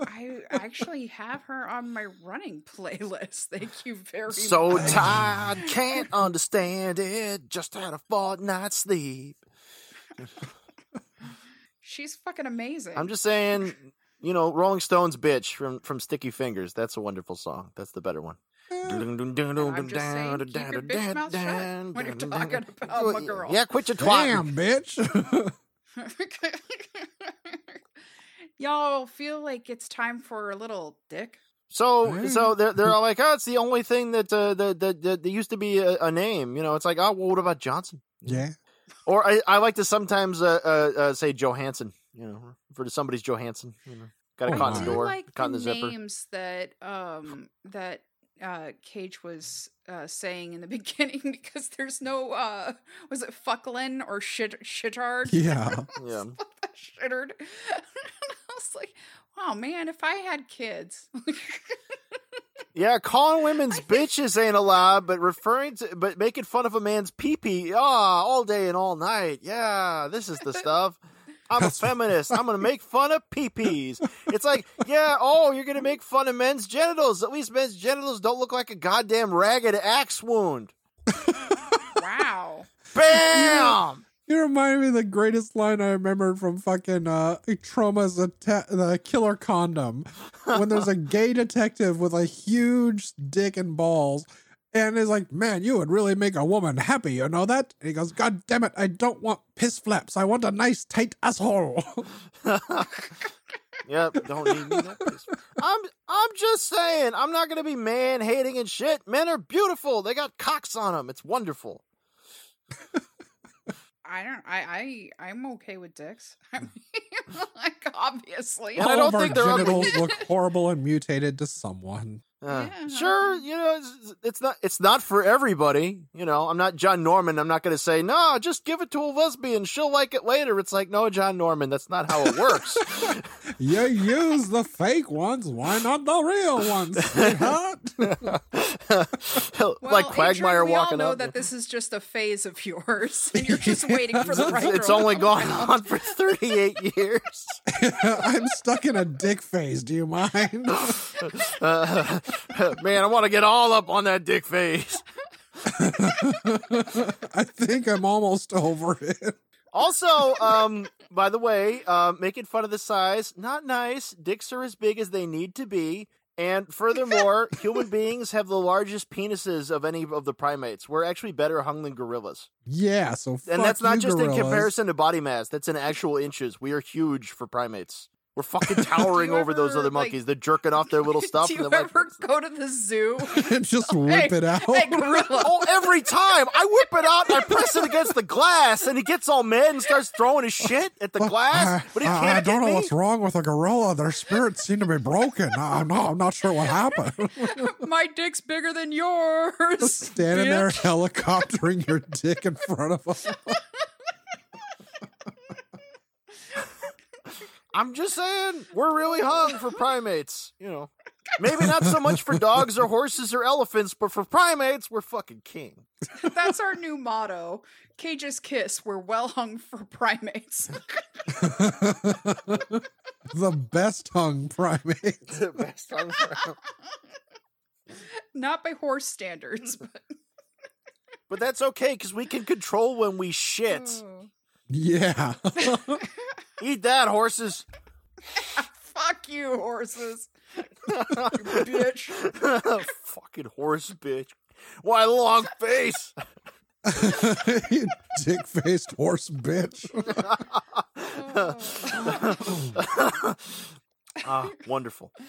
Speaker 2: I actually have her on my running playlist. Thank you very
Speaker 4: so
Speaker 2: much.
Speaker 4: tired, can't understand it. Just had a fortnight's sleep.
Speaker 2: She's fucking amazing.
Speaker 4: I'm just saying, you know, Rolling Stones bitch from from Sticky Fingers. That's a wonderful song. That's the better one.
Speaker 3: Eh,
Speaker 2: Mm. And I'm just saying, keep your bitch mouth shut when you're talking about my girl.
Speaker 4: Yeah, quit your twat.
Speaker 3: Damn, bitch.
Speaker 2: Y'all feel like it's time for a little dick?
Speaker 4: So, so they're, they're all like, oh, it's the only thing that uh, that, that, that, that used to be a, a name. You know, it's like, oh, well, what about Johnson?
Speaker 3: yeah.
Speaker 4: Or I, I like to sometimes uh, uh, uh, say Johansson, you know, refer to somebody's Johansson. You know, got a
Speaker 3: Oh,
Speaker 4: caught
Speaker 2: I
Speaker 4: in
Speaker 2: do
Speaker 4: the door,
Speaker 2: like
Speaker 4: caught in
Speaker 2: the
Speaker 4: the zipper.
Speaker 2: names that um that uh Cage was uh saying in the beginning because there's no uh was it Fucklin or Shit Shittard?
Speaker 3: Yeah.
Speaker 4: Yeah.
Speaker 2: Shittered. I was like, wow, man, if I had kids.
Speaker 4: Yeah, calling women's
Speaker 2: I think-
Speaker 4: bitches ain't allowed, but referring to, but making fun of a man's pee-pee, ah, all day and all night. Yeah, this is the stuff. I'm
Speaker 3: That's
Speaker 4: a feminist. I'm gonna make fun of pee-pees. It's like, yeah, oh, you're gonna make fun of men's genitals. At least men's genitals don't look like a goddamn ragged axe wound.
Speaker 2: wow.
Speaker 4: Bam!
Speaker 3: You remind me of the greatest line I remembered from fucking uh, Trauma's atta- the Killer Condom when there's a gay detective with a huge dick and balls. And is like, man, you would really make a woman happy, you know that? And he goes, God damn it, I don't want piss flaps. I want a nice tight asshole.
Speaker 4: Yep, don't need me that piss. I'm I'm just saying, I'm not gonna be man hating and shit. Men are beautiful. They got cocks on them. It's wonderful.
Speaker 2: I don't. I. I. I'm okay with dicks. I
Speaker 4: Hmm.
Speaker 2: mean, like obviously.
Speaker 4: And I
Speaker 3: All
Speaker 4: don't
Speaker 3: of our
Speaker 4: think they're ugly.
Speaker 3: genitals look horrible and mutated to someone.
Speaker 4: Uh,
Speaker 2: Yeah.
Speaker 4: sure, you know it's, it's not it's not for everybody. You know, I'm not John Norman. I'm not going to say no. Just give it to a lesbian; she'll like it later. It's like no, John Norman. That's not how it works.
Speaker 3: You use the fake ones, why not the real ones, sweetheart?
Speaker 4: like
Speaker 2: Adrian,
Speaker 4: Quagmire
Speaker 2: we
Speaker 4: walking
Speaker 2: all know
Speaker 4: up.
Speaker 2: that this is just a phase of yours, and you're just waiting for the
Speaker 4: It's-
Speaker 2: right.
Speaker 4: it's
Speaker 2: girl to
Speaker 4: only
Speaker 2: come
Speaker 4: gone
Speaker 2: around.
Speaker 4: on for 38 years.
Speaker 3: I'm stuck in a dick phase. Do you mind?
Speaker 4: Uh, man, I want to get all up on that dick face.
Speaker 3: I think I'm almost over it.
Speaker 4: Also, um, by the way, uh, making fun of the size, not nice. Dicks are as big as they need to be. And furthermore, human beings have the largest penises of any of the primates. We're actually better hung than gorillas.
Speaker 3: Yeah, so
Speaker 4: And
Speaker 3: fuck
Speaker 4: that's not
Speaker 3: you,
Speaker 4: just in
Speaker 3: gorillas.
Speaker 4: comparison to body mass, that's in actual inches. We are huge for primates. We're fucking towering
Speaker 2: you
Speaker 4: over those
Speaker 2: ever,
Speaker 4: other
Speaker 2: like-
Speaker 4: monkeys. They're jerking off their little stuff.
Speaker 2: Do
Speaker 4: and
Speaker 2: you
Speaker 4: they're like-
Speaker 2: ever go to the zoo?
Speaker 3: and just whip it out.
Speaker 2: Hey, gorilla.
Speaker 4: Oh, every time I whip it out, and I press it against the glass, and he gets all mad and starts throwing his shit at the glass. But he
Speaker 3: I-
Speaker 4: can't
Speaker 3: I, I don't
Speaker 4: get
Speaker 3: know
Speaker 4: me.
Speaker 3: what's wrong with a gorilla. Their spirits seem to be broken. I, I'm not. I'm not sure what happened.
Speaker 2: My dick's bigger than yours.
Speaker 3: Standing there helicoptering your dick in front of us.
Speaker 4: I'm just saying, we're really
Speaker 3: Oh.
Speaker 4: hung for primates. You know, maybe not so much for dogs or horses or elephants, but for primates, we're fucking king.
Speaker 2: bitch. That's our new motto. Cage's kiss. We're well hung for primates.
Speaker 3: the best hung primate.
Speaker 4: The best hung for-
Speaker 2: Not by horse standards. But...
Speaker 4: but that's okay because we can control when we shit.
Speaker 3: Mm.
Speaker 2: Oh.
Speaker 3: Yeah.
Speaker 4: Eat that, horses.
Speaker 2: Fuck you, horses. You bitch.
Speaker 4: fucking horse bitch. Why long face?
Speaker 3: you dick faced horse bitch.
Speaker 2: Oh.
Speaker 3: Mm.
Speaker 4: Ah, wonderful.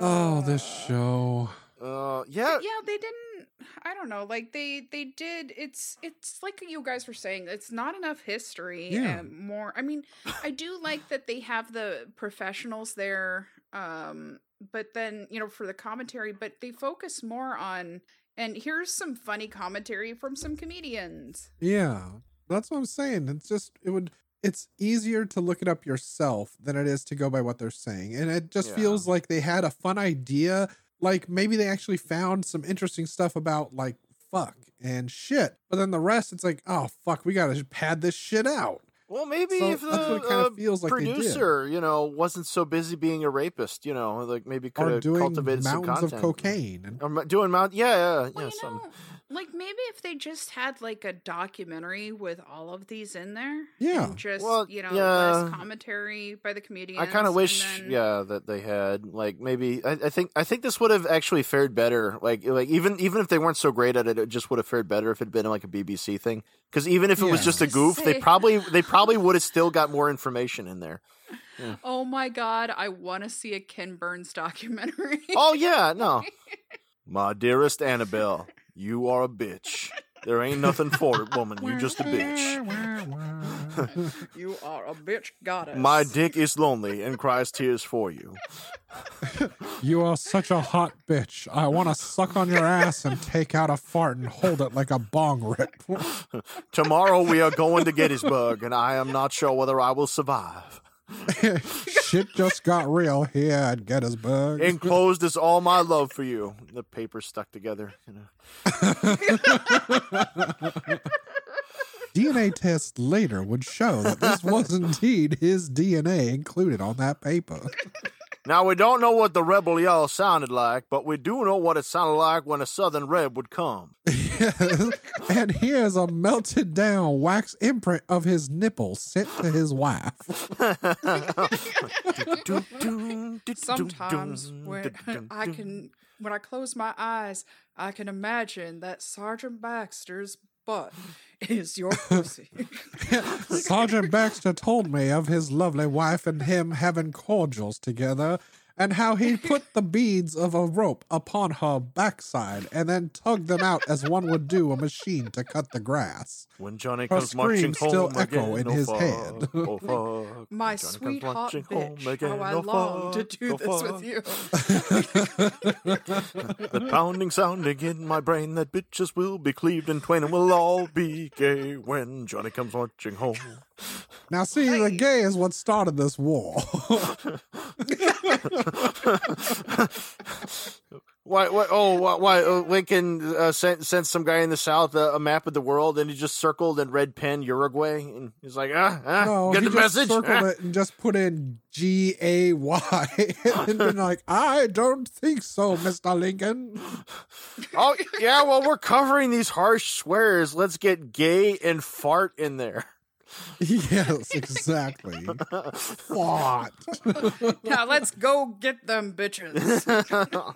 Speaker 3: Oh, this
Speaker 2: Uh,
Speaker 3: show.
Speaker 4: Uh, yeah,
Speaker 2: yeah they didn't i don't know like they they did it's it's like you guys were saying it's not enough history
Speaker 3: Yeah.
Speaker 2: and more i mean i do like that they have the professionals there um but then you know for the commentary but they focus more on and here's some funny commentary from some comedians
Speaker 3: Yeah. That's what I'm saying. It's just it would it's easier to look it up yourself than it is to go by what they're saying. And it just
Speaker 4: Yeah.
Speaker 3: feels like they had a fun idea. Like maybe they actually found some interesting stuff about like fuck and shit. But then the rest it's like, oh fuck, we gotta pad this shit out.
Speaker 4: Well, maybe
Speaker 3: So
Speaker 4: if the
Speaker 3: that's what it kinda
Speaker 4: uh,
Speaker 3: feels like they did.
Speaker 4: producer, you know, wasn't so busy being a rapist, you know, like maybe could
Speaker 3: Or
Speaker 4: have
Speaker 3: doing
Speaker 4: cultivated some
Speaker 3: mountains
Speaker 4: content.
Speaker 3: of cocaine and
Speaker 4: Or ma- doing mount, yeah, yeah, yeah.
Speaker 2: well you
Speaker 4: some-
Speaker 2: know like maybe if they just had like a documentary with all of these in there
Speaker 3: Yeah.
Speaker 2: and just
Speaker 4: Well,
Speaker 2: you know
Speaker 4: yeah.
Speaker 2: less commentary by the comedians
Speaker 4: I kind of
Speaker 2: and
Speaker 4: wish,
Speaker 2: then-
Speaker 4: yeah, that they had like maybe. I, I think I think this would have actually fared better. Like like even even if they weren't so great at it, it just would have fared better if it'd been like a BBC thing. Because even if it was
Speaker 3: Yeah.
Speaker 4: just a
Speaker 2: Just
Speaker 4: goof, they
Speaker 2: say-
Speaker 4: probably they probably would have still got more information in there.
Speaker 2: Oh my god, I want to see a Ken Burns documentary.
Speaker 4: Oh yeah, no. My dearest Annabelle, you are a bitch. There ain't nothing for it, woman. You're just a bitch.
Speaker 2: you are a bitch goddess.
Speaker 4: My dick is lonely and cries tears for you.
Speaker 3: You are such a hot bitch. I want to suck on your ass and take out a fart and hold it like a bong rip.
Speaker 4: Tomorrow we are going to Gettysburg, and I am not sure whether I will survive.
Speaker 3: Shit just got real here at Gettysburg.
Speaker 4: Enclosed is all my love for you. The paper stuck together. You know.
Speaker 3: DNA tests later would show that this was indeed his DNA included on that paper.
Speaker 4: Now we don't know what the rebel yell sounded like, but we do know what it sounded like when a southern red would come.
Speaker 3: and here's a melted down wax imprint of his nipple sent to his wife.
Speaker 2: Sometimes when I can, when I close my eyes, I can imagine that Sergeant Baxter's butt is your pussy.
Speaker 3: Sergeant Baxter told me of his lovely wife and him having cordials together and how he put the beads of a rope upon her backside and then tugged them out as one would do a machine to cut the grass.
Speaker 4: When Johnny
Speaker 3: Her
Speaker 4: comes marching
Speaker 3: screams still
Speaker 4: home again,
Speaker 3: echo in
Speaker 4: no
Speaker 3: his
Speaker 4: fuck,
Speaker 3: head.
Speaker 4: oh fuck. When Johnny
Speaker 2: My
Speaker 4: comes
Speaker 2: sweet hot
Speaker 4: marching home
Speaker 2: bitch,
Speaker 4: again,
Speaker 2: how I
Speaker 4: no
Speaker 2: long to
Speaker 4: fuck,
Speaker 2: do
Speaker 4: no
Speaker 2: this
Speaker 4: fuck.
Speaker 2: with you.
Speaker 4: The pounding sounding in my brain that bitches will be cleaved in twain and we'll all be gay when Johnny comes marching home.
Speaker 3: Now, see, the gay is what started this war.
Speaker 4: Why? why oh, why, why uh, Lincoln uh, sent sent some guy in the South uh, a map of the world, and he just circled and red pen Uruguay, and he's like, ah, ah
Speaker 3: no,
Speaker 4: get
Speaker 3: he
Speaker 4: the
Speaker 3: just
Speaker 4: message.
Speaker 3: circled
Speaker 4: Ah.
Speaker 3: it and just put in G A Y and been like, I don't think so, Mister Lincoln.
Speaker 4: Oh, yeah. Well, we're covering these harsh swears. Let's get gay and fart in there.
Speaker 3: yes, exactly. Fought.
Speaker 2: Now let's go get them bitches.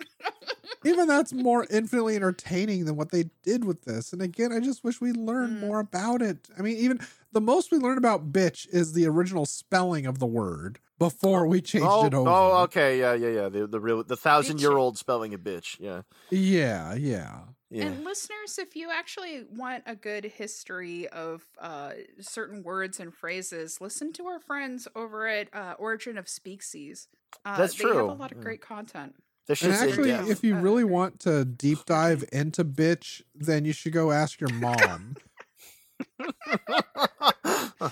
Speaker 3: Even that's more infinitely entertaining than what they did with this. And again, I just wish we learned more about it. I mean, even the most we learned about bitch is the original spelling of the word before we changed
Speaker 4: oh,
Speaker 3: it over.
Speaker 4: oh, okay, yeah, yeah, yeah. The the real the thousand year old spelling of bitch. Yeah,
Speaker 3: Yeah, yeah.
Speaker 4: yeah.
Speaker 2: And listeners, if you actually want a good history of uh, certain words and phrases, listen to our friends over at uh, Origin of Speaksies. Uh,
Speaker 4: That's
Speaker 2: They have a
Speaker 4: true.
Speaker 2: lot of great content.
Speaker 4: That
Speaker 3: And
Speaker 4: shit's in
Speaker 3: actually,
Speaker 4: depth.
Speaker 3: if you really want to deep dive into bitch, then you should go ask your mom.
Speaker 4: Oh,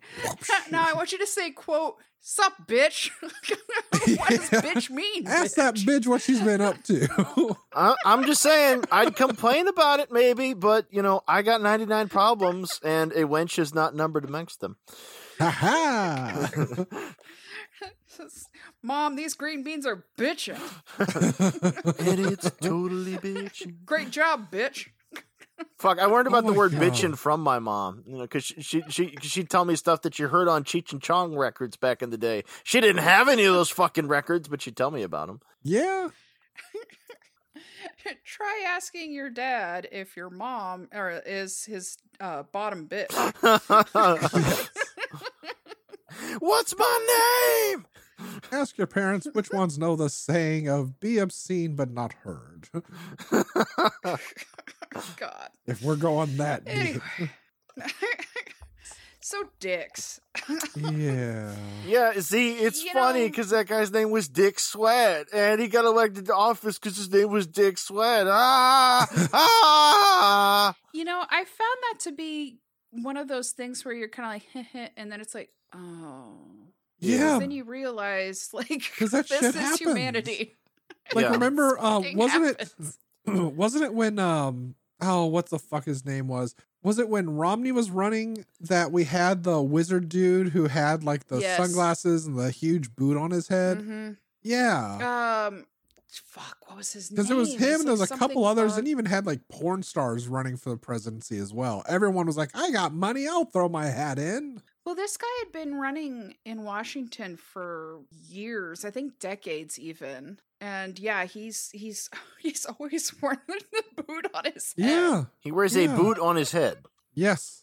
Speaker 2: now I want you to say, "quote Sup, bitch." what does bitch mean?
Speaker 3: ask that bitch what she's been up to.
Speaker 4: I, Uh, I'm just saying, I'd complain about it maybe, but you know, I got 99 problems, and a wench is not numbered amongst them.
Speaker 3: Ha ha!
Speaker 2: Mom, these green beans are bitching.
Speaker 4: And it's totally bitching.
Speaker 2: Great job, bitch.
Speaker 4: Fuck, I learned about
Speaker 3: Oh
Speaker 4: the
Speaker 3: my
Speaker 4: word
Speaker 3: God.
Speaker 4: bitching from my mom, you know, because she, she, she, 'cause she'd tell me stuff that you heard on Cheech and Chong records back in the day. She didn't have any of those fucking records, but she'd tell me about them.
Speaker 3: Yeah.
Speaker 2: Try asking your dad if your mom or is his uh, bottom bitch.
Speaker 4: What's my name?
Speaker 3: Ask your parents which ones know the saying of be obscene but not heard.
Speaker 2: God.
Speaker 3: If we're going that
Speaker 2: Anyway.
Speaker 3: deep.
Speaker 2: so dicks.
Speaker 3: Yeah.
Speaker 4: Yeah, see, it's
Speaker 2: You
Speaker 4: funny
Speaker 2: know-
Speaker 4: because that guy's name was Dick Sweat, and he got elected to office because his name was Dick Sweat. Ah, ah.
Speaker 2: You know, I found that to be one of those things where you're kind of like, and then it's like, oh.
Speaker 3: Yeah.
Speaker 2: Then you realize, like,
Speaker 3: 'Cause that
Speaker 2: this
Speaker 3: shit
Speaker 2: is
Speaker 3: happens.
Speaker 2: humanity.
Speaker 3: Like
Speaker 4: Yeah.
Speaker 3: remember um
Speaker 2: Fucking
Speaker 3: wasn't
Speaker 2: happens.
Speaker 3: it wasn't it when um oh what the fuck his name was? Was it when Romney was running that we had the wizard dude who had like the
Speaker 2: Yes.
Speaker 3: sunglasses and the huge boot on his head?
Speaker 2: Mhm.
Speaker 3: Yeah.
Speaker 2: Um, fuck, what was his name?
Speaker 3: Because it was him, and there was a couple others, and
Speaker 2: you
Speaker 3: even had like porn stars running for the presidency as well. Everyone was like, "I got money, I'll throw my hat in."
Speaker 2: Well, this guy had been running in Washington for years, I think decades even. And yeah, he's he's he's always worn the boot on his head.
Speaker 3: Yeah.
Speaker 4: He wears
Speaker 3: Yeah.
Speaker 4: a boot on his head.
Speaker 3: Yes.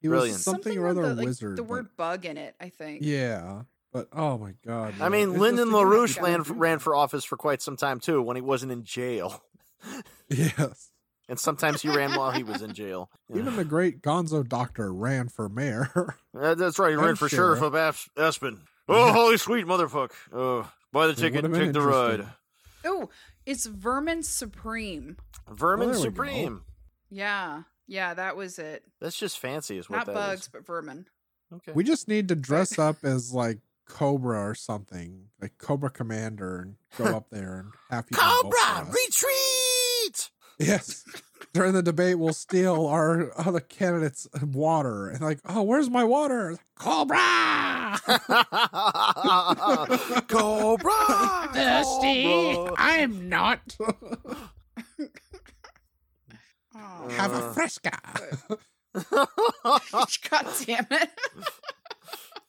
Speaker 3: He
Speaker 4: Brilliant.
Speaker 3: was something, or
Speaker 2: with
Speaker 3: other
Speaker 2: the, like,
Speaker 3: wizard.
Speaker 2: the
Speaker 3: but-
Speaker 2: word bug in it, I think.
Speaker 3: Yeah. But oh my god. yeah.
Speaker 4: I mean,
Speaker 3: It's
Speaker 4: Lyndon
Speaker 3: just-
Speaker 4: LaRouche
Speaker 3: yeah.
Speaker 4: ran, ran for office for quite some time, too, when he wasn't in jail.
Speaker 3: Yes.
Speaker 4: And sometimes he ran while he was in jail.
Speaker 3: Even the great Gonzo Doctor ran for mayor.
Speaker 4: Uh, that's right. He
Speaker 3: I'm
Speaker 4: ran for
Speaker 3: sure.
Speaker 4: sheriff of As- Aspen. Oh, holy sweet motherfuck! Oh, buy the
Speaker 3: It would've
Speaker 4: ticket,
Speaker 3: been
Speaker 4: take the
Speaker 3: interesting.
Speaker 4: ride.
Speaker 2: Oh, it's Vermin Supreme.
Speaker 4: Vermin
Speaker 3: Well, there we
Speaker 4: supreme.
Speaker 2: Yeah. Yeah, that was it.
Speaker 4: That's just fancy, is
Speaker 2: Not
Speaker 4: what that is.
Speaker 2: bugs, but vermin.
Speaker 4: Okay.
Speaker 3: we just need to dress up as like Cobra or something, like Cobra Commander, and go up there and have people vote for
Speaker 4: Cobra
Speaker 3: us.
Speaker 4: retreat.
Speaker 3: Yes. During the debate, we'll steal our other candidates' uh, water and like, oh, where's my water? Cobra!
Speaker 4: Cobra.
Speaker 5: Thirsty?
Speaker 4: Cobra.
Speaker 5: I'm not.
Speaker 2: Oh.
Speaker 4: Uh.
Speaker 3: Have a fresca.
Speaker 2: God damn it.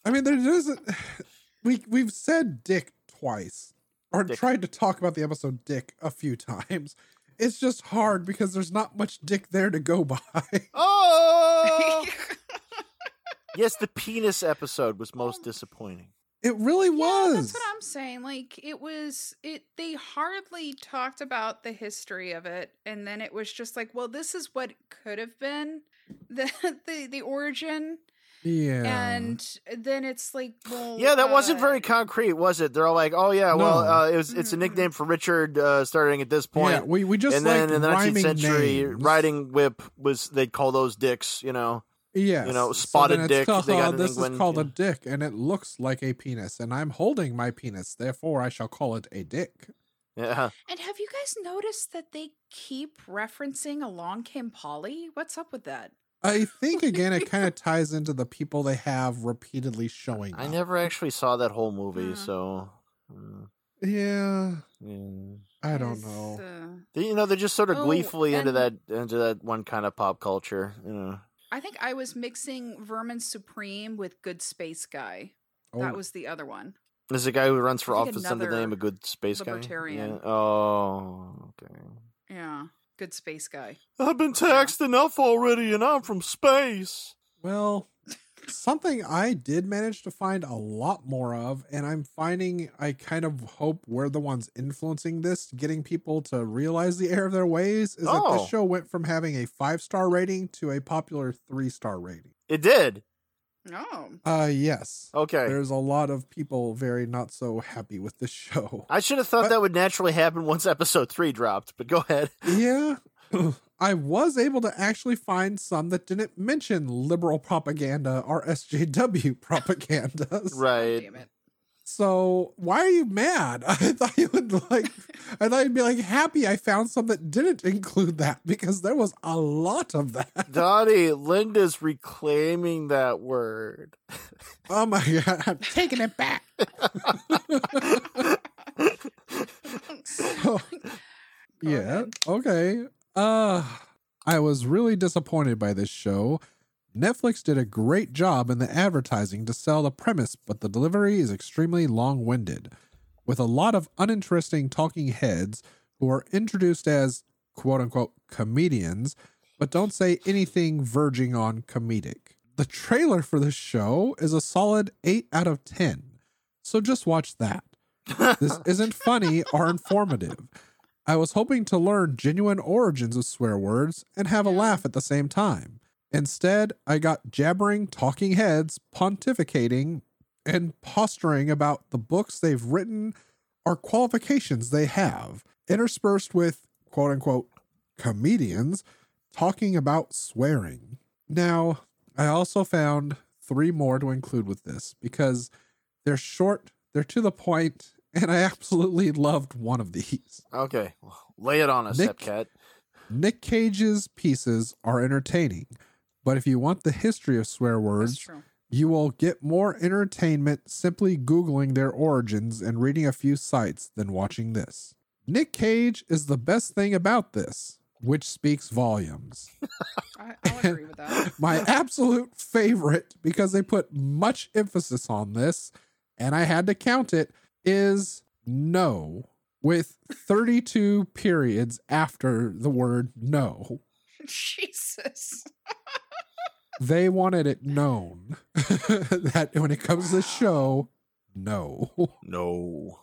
Speaker 3: I mean, there doesn't. We we've said dick twice, or
Speaker 4: Dick.
Speaker 3: tried to talk about the episode dick a few times. It's just hard because there's not much dick there to go by.
Speaker 4: Oh. yes, the penis episode was most disappointing.
Speaker 3: It really
Speaker 2: Yeah,
Speaker 3: was.
Speaker 2: that's what I'm saying. Like it was it they hardly talked about the history of it and then it was just like, well, this is what could have been the the, the origin
Speaker 3: yeah.
Speaker 2: and then it's like, well
Speaker 4: Yeah, that wasn't
Speaker 2: uh,
Speaker 4: very concrete, was it? They're all like, "Oh yeah, well,
Speaker 3: No.
Speaker 4: uh, it was, it's a nickname for Richard uh, starting at this point."
Speaker 3: yeah, we we just
Speaker 4: and
Speaker 3: like
Speaker 4: then in the 19th
Speaker 3: rhyming
Speaker 4: century,
Speaker 3: names.
Speaker 4: riding whip was they'd call those dicks, you know.
Speaker 3: Yes.
Speaker 4: know,
Speaker 3: So
Speaker 4: spotted
Speaker 3: then it's
Speaker 4: dick
Speaker 3: called,
Speaker 4: they got
Speaker 3: "Oh,
Speaker 4: in
Speaker 3: this
Speaker 4: England,"
Speaker 3: is called
Speaker 4: yeah.
Speaker 3: a dick, and it looks like a penis, and I'm holding my penis. Therefore, I shall call it a dick.
Speaker 4: Yeah,
Speaker 2: And have you guys noticed that they keep referencing along came Polly? What's up with that?
Speaker 3: I think again, it kind of ties into the people they have repeatedly showing.
Speaker 4: I
Speaker 3: up.
Speaker 4: never actually saw that whole movie,
Speaker 2: Mm.
Speaker 4: so. mm,
Speaker 3: Yeah,
Speaker 4: yeah.
Speaker 3: I don't
Speaker 2: It's,
Speaker 3: know.
Speaker 2: uh,
Speaker 4: They- You know, they're just sort of
Speaker 2: Oh,
Speaker 4: gleefully into that
Speaker 2: and-
Speaker 4: into that one kind of pop culture. You know,
Speaker 2: I think I was mixing Vermin Supreme with Good Space Guy. That
Speaker 3: Oh,
Speaker 2: was the other one.
Speaker 4: There's a guy who runs for
Speaker 2: I think
Speaker 4: office under the
Speaker 2: another
Speaker 4: name of Good Space Guy.
Speaker 2: libertarian.
Speaker 4: Yeah. Oh, okay.
Speaker 2: Yeah, Good Space Guy.
Speaker 4: I've been taxed enough already, and I'm from space.
Speaker 3: well, something I did manage to find a lot more of, and I'm finding I kind of hope we're the ones influencing this, getting people to realize the error of their ways, is that
Speaker 4: Oh.
Speaker 3: this show went from having a five star rating to a popular three star rating.
Speaker 4: It did.
Speaker 2: Oh,
Speaker 3: Uh, yes.
Speaker 4: Okay.
Speaker 3: There's a lot of people very not so happy with the show.
Speaker 4: I should have thought
Speaker 3: But-
Speaker 4: that would naturally happen once episode three dropped, but go ahead.
Speaker 3: yeah. I was able to actually find some that didn't mention liberal propaganda or SJW propaganda.
Speaker 4: Right.
Speaker 2: damn it.
Speaker 3: So why are you mad? I thought you would like I thought you'd be like happy I found some that didn't include that because there was a lot of that.
Speaker 4: Dottie, Linda's reclaiming that word.
Speaker 3: Oh my god.
Speaker 5: Taking it back.
Speaker 3: So, yeah. Okay. Uh I was really disappointed by this show. Netflix did a great job in the advertising to sell the premise, but the delivery is extremely long-winded, with a lot of uninteresting talking heads who are introduced as quote unquote comedians, but don't say anything verging on comedic. The trailer for this show is a solid 8 out of 10. So just watch that. This isn't funny or informative. I was hoping to learn genuine origins of swear words and have a laugh at the same time. Instead, I got jabbering talking heads pontificating and posturing about the books they've written or qualifications they have, interspersed with quote unquote comedians talking about swearing. Now, I also found three more to include with this because they're short, they're to the point, and I absolutely loved one of these.
Speaker 4: Okay. well, Lay it on us,
Speaker 3: Nick-
Speaker 4: Hepcat.
Speaker 3: Nick Cage's pieces are entertaining, but if you want the history of swear
Speaker 2: That's
Speaker 3: words,
Speaker 2: true.
Speaker 3: you will get more entertainment simply Googling their origins and reading a few sites than watching this. Nick Cage is the best thing about this, which speaks volumes.
Speaker 2: I, I'll agree with that.
Speaker 3: My absolute favorite, because they put much emphasis on this, and I had to count it, is no, with 32 periods after the word no.
Speaker 2: Jesus.
Speaker 3: They wanted it known that when it comes to the show, no.
Speaker 4: No.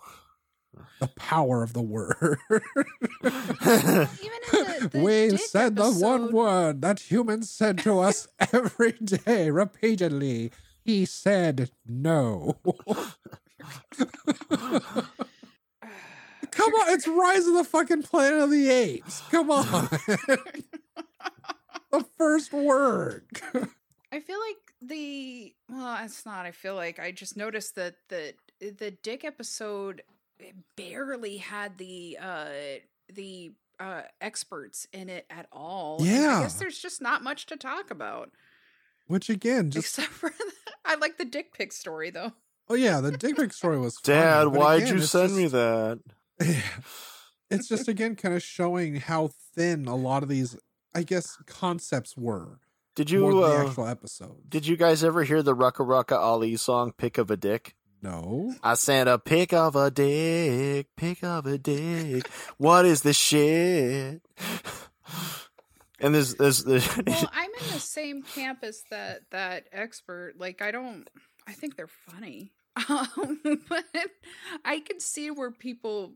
Speaker 3: the power of the word.
Speaker 2: Even in the, the
Speaker 3: we
Speaker 2: Dick
Speaker 3: said the one
Speaker 2: episode-
Speaker 3: word that humans said to us every day repeatedly. He said no. Come on, it's Rise of the fucking Planet of the Apes. Come on. the first word.
Speaker 2: I feel like the well, it's not. I feel like I just noticed that the the Dick episode eh, barely had the uh the uh experts in it at all. and I guess
Speaker 3: Yeah.
Speaker 2: there's just not much to talk about
Speaker 3: Which again, just
Speaker 2: except for the, I like the dick pic story though.
Speaker 3: oh yeah, the dick pic story was. funny,
Speaker 4: Dad,
Speaker 3: but
Speaker 4: why'd
Speaker 3: again,
Speaker 4: you
Speaker 3: it's
Speaker 4: send
Speaker 3: just-
Speaker 4: me that?
Speaker 3: it's just again kind of showing how thin a lot of these, I guess, concepts were.
Speaker 4: Did
Speaker 3: more
Speaker 4: you
Speaker 3: than the
Speaker 4: uh,
Speaker 3: actual episode.
Speaker 4: did you guys ever hear the Rucka Rucka Ali song Pick of a Dick?
Speaker 3: No.
Speaker 4: I sent a pick of a dick, pick of a dick. What is this shit? And there's there's, there's
Speaker 2: Well, I'm in the same camp as that that expert. Like I don't I think they're funny. Um, but I can see where people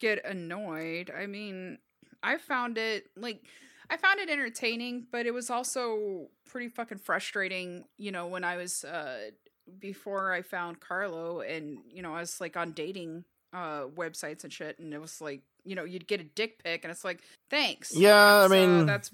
Speaker 2: get annoyed. I mean, I found it like I found it entertaining, but it was also pretty fucking frustrating, you know, when I was uh before I found Carlo and you know, I was like on dating uh websites and shit and it was like, you know, you'd get a dick pic and it's like, thanks.
Speaker 4: yeah, I
Speaker 2: So
Speaker 4: mean
Speaker 2: that's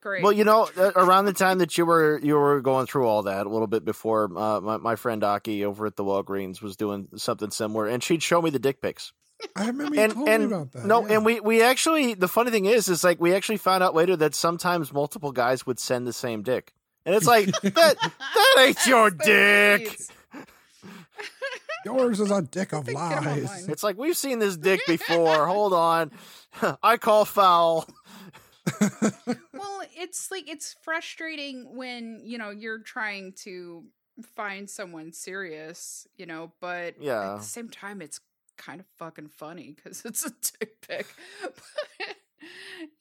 Speaker 2: great.
Speaker 4: Well, you know, uh, around the time that you were you were going through all that a little bit before, uh, my my friend Aki over at the Walgreens was doing something similar, and she'd show me the dick pics.
Speaker 3: I remember
Speaker 4: And-
Speaker 3: you told
Speaker 4: and-
Speaker 3: me about that.
Speaker 4: No,
Speaker 3: Oh, yeah.
Speaker 4: and we we actually the funny thing is, is like we actually found out later that sometimes multiple guys would send the same dick, and it's like that that ain't your
Speaker 2: That's
Speaker 4: dick.
Speaker 2: great.
Speaker 3: yours is a dick of
Speaker 2: think I'm on
Speaker 3: lies.
Speaker 2: mine.
Speaker 4: It's like we've seen this dick before. Hold on, I call foul.
Speaker 2: Well, it's like it's frustrating when, you know, you're trying to find someone serious, you know, but at
Speaker 4: Yeah.
Speaker 2: the same time it's kind of fucking funny cuz it's a dick pic. But,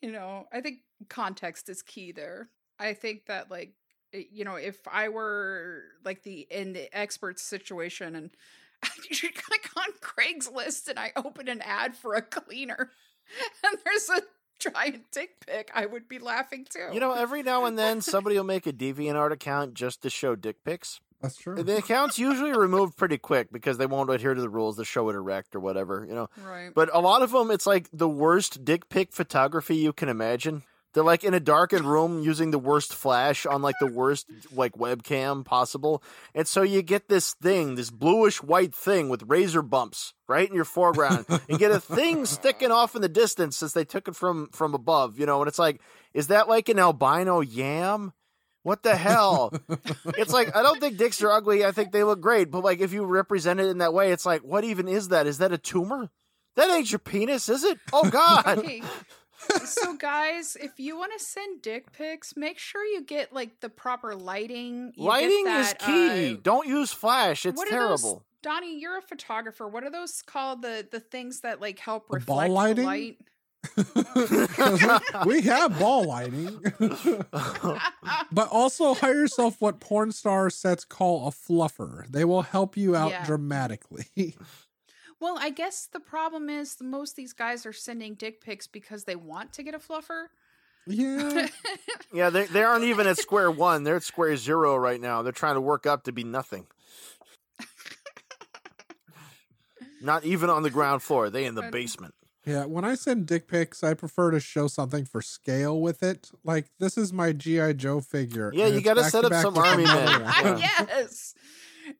Speaker 2: you know, I think context is key there. I think that like it- eh, you know, if I were like the in the expert situation and I click on Craigslist and I open an ad for a cleaner and there's a giant dick pic, I would be laughing too.
Speaker 4: You know, every now and then somebody will make a DeviantArt account just to show dick pics.
Speaker 3: That's true.
Speaker 4: The account's usually removed pretty quick because they won't adhere to the rules to show it erect or whatever, you know.
Speaker 2: right.
Speaker 4: But a lot of them, it's like the worst dick pic photography you can imagine. They're like in a darkened room using the worst flash on like the worst like webcam possible, and so you get this thing, this bluish white thing with razor bumps right in your foreground, and get a thing sticking off in the distance since they took it from from above, you know. And it's like, is that like an albino yam? What the hell? it's like I don't think dicks are ugly. I think they look great, but like if you represent it in that way, it's like, what even is that? Is that a tumor? That ain't your penis, is it? Oh God!
Speaker 2: Okay. Uh, so guys, if you want to send dick pics, make sure you get like the proper lighting. You get
Speaker 4: Lighting is
Speaker 2: that,
Speaker 4: key.
Speaker 2: uh,
Speaker 4: don't use flash. It's
Speaker 2: what are those-
Speaker 4: terrible.
Speaker 2: Donnie, you're a photographer. What are those called? The the things that like help
Speaker 3: The
Speaker 2: reflect
Speaker 3: ball
Speaker 2: the
Speaker 3: lighting?
Speaker 2: light.
Speaker 3: we have ball lighting. but also hire yourself what porn star sets call a fluffer. They will help you out
Speaker 2: Yeah.
Speaker 3: dramatically.
Speaker 2: Well, I guess the problem is the most these guys are sending dick pics because they want to get a fluffer.
Speaker 3: yeah.
Speaker 4: Yeah, they they aren't even at square one. They're at square zero right now. They're trying to work up to be nothing. Not even on the ground floor. They in the
Speaker 2: Funny.
Speaker 4: basement.
Speaker 3: Yeah, when I send dick pics, I prefer to show something for scale with it. Like this is my GI Joe figure.
Speaker 4: Yeah,
Speaker 3: and
Speaker 4: you
Speaker 3: it's
Speaker 4: gotta
Speaker 3: back
Speaker 4: set up
Speaker 3: back
Speaker 4: some
Speaker 3: with
Speaker 4: army
Speaker 3: another
Speaker 4: men.
Speaker 3: one.
Speaker 4: Yeah.
Speaker 2: yes.